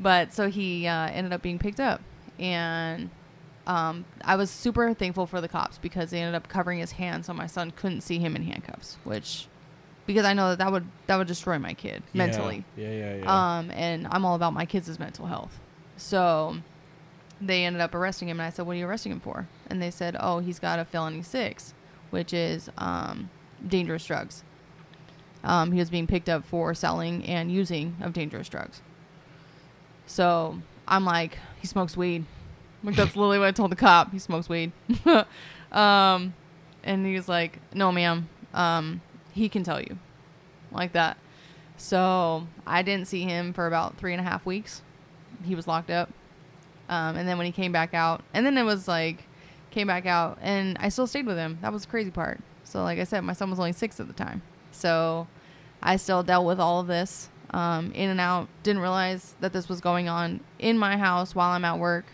S2: But so he uh, ended up being picked up, and um, I was super thankful for the cops because they ended up covering his hands, so my son couldn't see him in handcuffs. Which, because I know that that would that would destroy my kid
S1: Yeah,
S2: mentally.
S1: Yeah, yeah, yeah.
S2: Um, and I'm all about my kids' mental health. So they ended up arresting him, and I said, "What are you arresting him for?" And they said, "Oh, he's got a felony six, which is um, dangerous drugs. Um, he was being picked up for selling and using of dangerous drugs." So I'm like, "He smokes weed."
S1: [laughs]
S2: Like that's literally what I told the cop. He smokes weed. [laughs] um, and he was like, "No, ma'am. Um, he can tell you, like that." So I didn't see him for about three and a half weeks. He was locked up. Um, and then when he came back out, and then it was like, came back out, and I still stayed with him. That was the crazy part. So, like I said, my son was only six at the time. So I still dealt with all of this um, in and out. Didn't realize that this was going on in my house while I'm at work.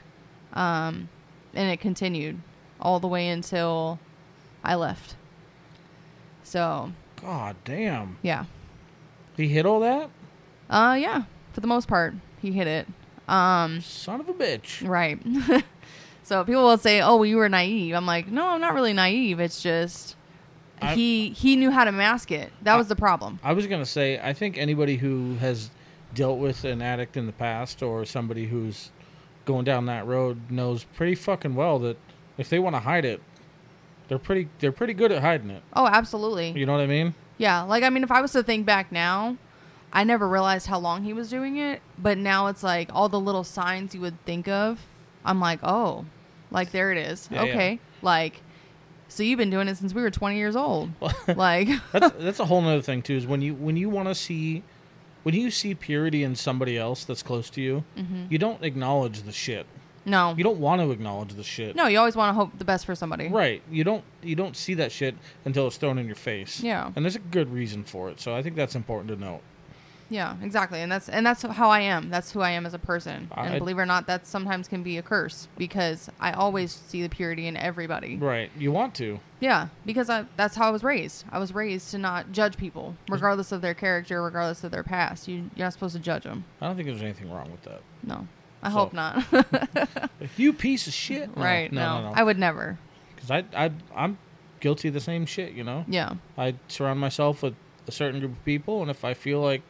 S2: Um, and it continued all the way until I left. So,
S1: God damn.
S2: yeah.
S1: He hit all that?
S2: Uh, yeah, for the most part, he hit it. Um,
S1: Son of a bitch.
S2: right. [laughs] so people will say, "Oh, well, you were naive." I'm like, "No, I'm not really naive. It's just
S1: I-
S2: he he knew how to mask it. That was the problem."
S1: I was gonna say, I think anybody who has dealt with an addict in the past or somebody who's going down that road knows pretty fucking well that if they want to hide it, they're pretty they're pretty good at hiding it.
S2: Oh, absolutely.
S1: You know what I mean?
S2: Yeah, like I mean, if I was to think back now, I never realized how long he was doing it, but now it's like all the little signs you would think of. I'm like, oh, like there it is.
S1: Yeah, yeah.
S2: okay, like So you've been doing it since we were 20
S1: [laughs]
S2: years old. like, [laughs]
S1: that's [laughs] that's a whole nother thing too is when you when you want to see when you see purity in somebody else that's close to you
S2: Mm-hmm.
S1: you don't acknowledge the shit
S2: no.
S1: you don't want to acknowledge the shit
S2: No, you always want to hope the best for somebody.
S1: right you don't you don't see that shit until it's thrown in your face
S2: Yeah.
S1: and there's a good reason for it so i think that's important to note
S2: Yeah, exactly. And that's and that's how I am. That's who I am as a person.
S1: I-
S2: and believe it or not, that sometimes can be a curse because I always see the purity in everybody.
S1: right you want to
S2: Yeah, because I that's how I was raised. I was raised to not judge people,
S1: Mm-hmm.
S2: regardless of their character, regardless of their past. You you're not supposed to judge them.
S1: i don't think there's anything wrong with that
S2: No. I
S1: So-
S2: hope not. [laughs]
S1: you piece of shit No,
S2: right.
S1: no no,
S2: no. I would never.
S1: because I, I i'm guilty of the same shit you know
S2: Yeah.
S1: I surround myself with a certain group of people, and if I feel like,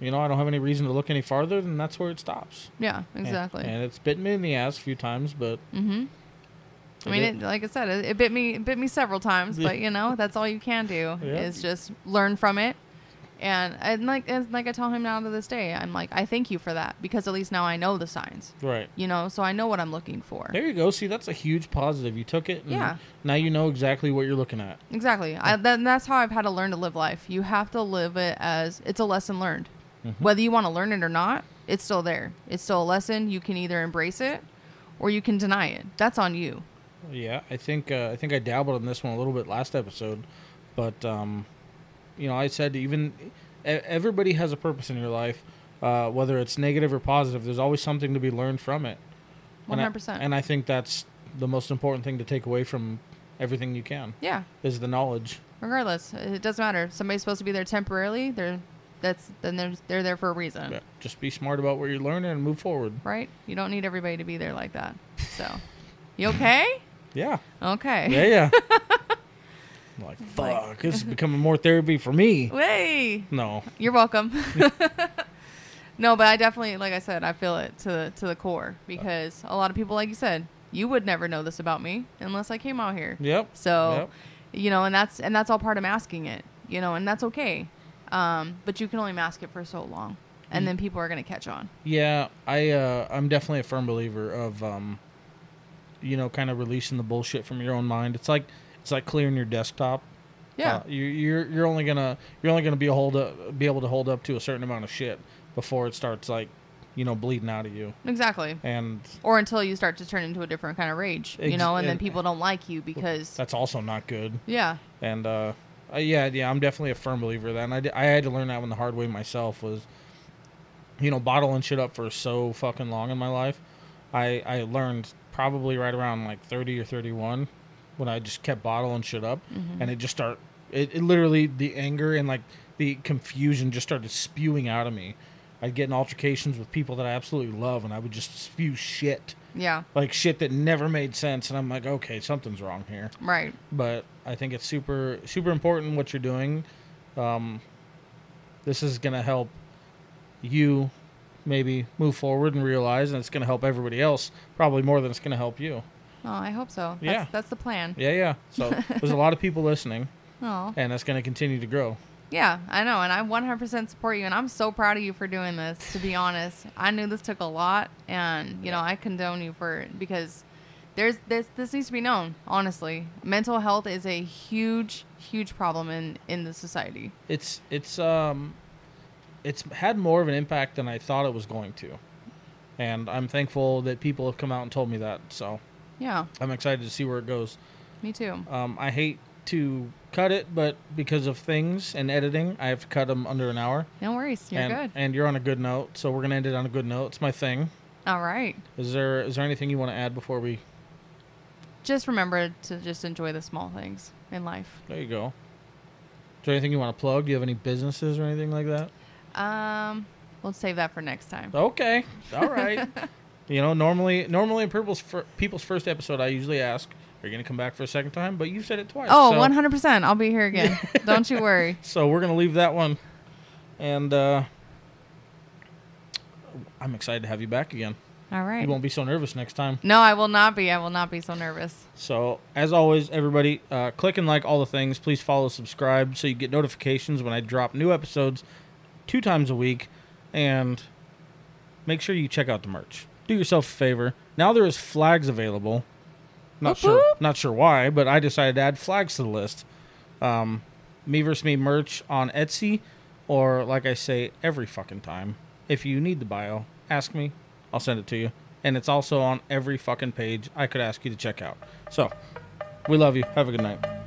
S1: you know, I don't have any reason to look any farther, then that's where it stops.
S2: Yeah,
S1: And-
S2: exactly.
S1: And, it's bitten me in the ass a few times, but
S2: Mm-hmm. I
S1: I
S2: mean,
S1: did-
S2: it, like I said, it, it bit me, it bit me several times.
S1: Yeah.
S2: But you know, that's all you can do
S1: Yeah.
S2: is just learn from it. And and like and like I tell him now to this day, I'm like, I thank you for that because at least now I know the signs.
S1: right
S2: You know, so I know what I'm looking for.
S1: there you go. See, that's a huge positive. You took it, and
S2: Yeah.
S1: Now you know exactly what you're looking at.
S2: Exactly. I, then that's how I've had to learn to live life. You have to live it as it's a lesson learned.
S1: Mm-hmm.
S2: Whether you want to learn it or not, it's still there. It's still a lesson. You can either embrace it or you can deny it. That's on you.
S1: Yeah, I think uh, I think I dabbled in this one a little bit last episode, but um, you know, I said even e- everybody has a purpose in your life, uh, whether it's negative or positive. There's always something to be learned from it. And I-
S2: 100%.
S1: And I think that's the most important thing to take away from everything you can
S2: Yeah.
S1: is the knowledge.
S2: regardless it doesn't matter if somebody's supposed to be there temporarily they're that's then they're, they're there for a reason
S1: Yeah, Just be smart about what you're learning and move forward.
S2: right you don't need everybody to be there
S1: [laughs]
S2: like that so you okay
S1: Yeah.
S2: okay
S1: Yeah, yeah. I'm like, fuck, this is becoming more therapy for me.
S2: way
S1: No.
S2: you're welcome [laughs] no but i definitely like i said i feel it to the to the core because a lot of people like you said you would never know this about me unless i came out here
S1: Yep.
S2: So,
S1: Yep.
S2: you know, and that's and that's all part of masking it, you know, and that's okay. Um, but you can only mask it for so long,
S1: Mm-hmm.
S2: and then people are gonna catch on.
S1: Yeah, I uh, I'm definitely a firm believer of um, you know, kind of releasing the bullshit from your own mind. It's like it's like clearing your desktop.
S2: Yeah,
S1: Uh, you, you're you're only gonna you're only gonna be a hold up, be able to hold up to a certain amount of shit before it starts like, you know, bleeding out of you.
S2: exactly.
S1: And
S2: Or until you start to turn into a different kind of rage, you
S1: Ex-
S2: know, and then
S1: and-
S2: people don't like you because
S1: that's also not good.
S2: yeah,
S1: And uh, uh, yeah, yeah, I'm definitely a firm believer of that. And I, d- I had to learn that one the hard way myself. Was you know bottling shit up for so fucking long in my life. I I learned probably right around like 30 or 31 when I just kept bottling shit up, and it just start it, it literally the anger and like the confusion just started spewing out of me. I'd get in altercations with people that I absolutely love, and I would just spew shit
S2: yeah,
S1: like shit that never made sense. And I'm like, okay, something's wrong here
S2: right,
S1: but I think it's super super important what you're doing. Um, this is gonna help you maybe move forward and realize, and it's gonna help everybody else probably more than it's gonna help you.
S2: oh, I hope so. That's,
S1: Yeah.
S2: that's the plan.
S1: Yeah, yeah. So there's a lot of people listening,
S2: Oh,
S1: and that's gonna continue to grow.
S2: yeah, I know, and I 100% support you, and I'm so proud of you for doing this. To be honest, I knew this took a lot, and you know, I condone you for it because there's this this needs to be known. Honestly, mental health is a huge, huge problem in in the society.
S1: It's it's um, it's had more of an impact than I thought it was going to, and I'm thankful that people have come out and told me that. So
S2: Yeah,
S1: I'm excited to see where it goes.
S2: me too.
S1: Um, I hate to cut it, but because of things and editing, I have to cut them under an hour.
S2: No worries, you're
S1: and,
S2: good.
S1: And you're on a good note, so we're gonna end it on a good note. It's my thing.
S2: All right.
S1: Is there is there anything you want to add before we?
S2: just remember to just enjoy the small things in life.
S1: There you go. Is there anything you want to plug? Do you have any businesses or anything like that?
S2: Um, we'll save that for next time.
S1: Okay, all
S2: [laughs]
S1: right. you know, normally normally in Purple's fir- people's first episode, I usually ask, "Are you gonna come back for a second time?" But you said it twice.
S2: Oh,
S1: so-
S2: 100%. I'll be
S1: [laughs]
S2: here again. Don't you worry.
S1: So we're gonna leave that one, and uh, I'm excited to have you back again.
S2: All right.
S1: You won't be so nervous next time.
S2: No, I will not be. I will not be so nervous.
S1: So, as always, everybody, uh, click and like all the things. Please follow, subscribe, so you get notifications when I drop new episodes two times a week. And make sure you check out the merch. Do yourself a favor. Now there is flags available. Not
S2: Boop,
S1: sure,
S2: boop.
S1: not sure why, but I decided to add flags to the list. Um, me versus me merch on Etsy, or like I say every fucking time. If you need the bio, ask me. I'll send it to you, and it's also on every fucking page I could ask you to check out. So, we love you. Have a good night.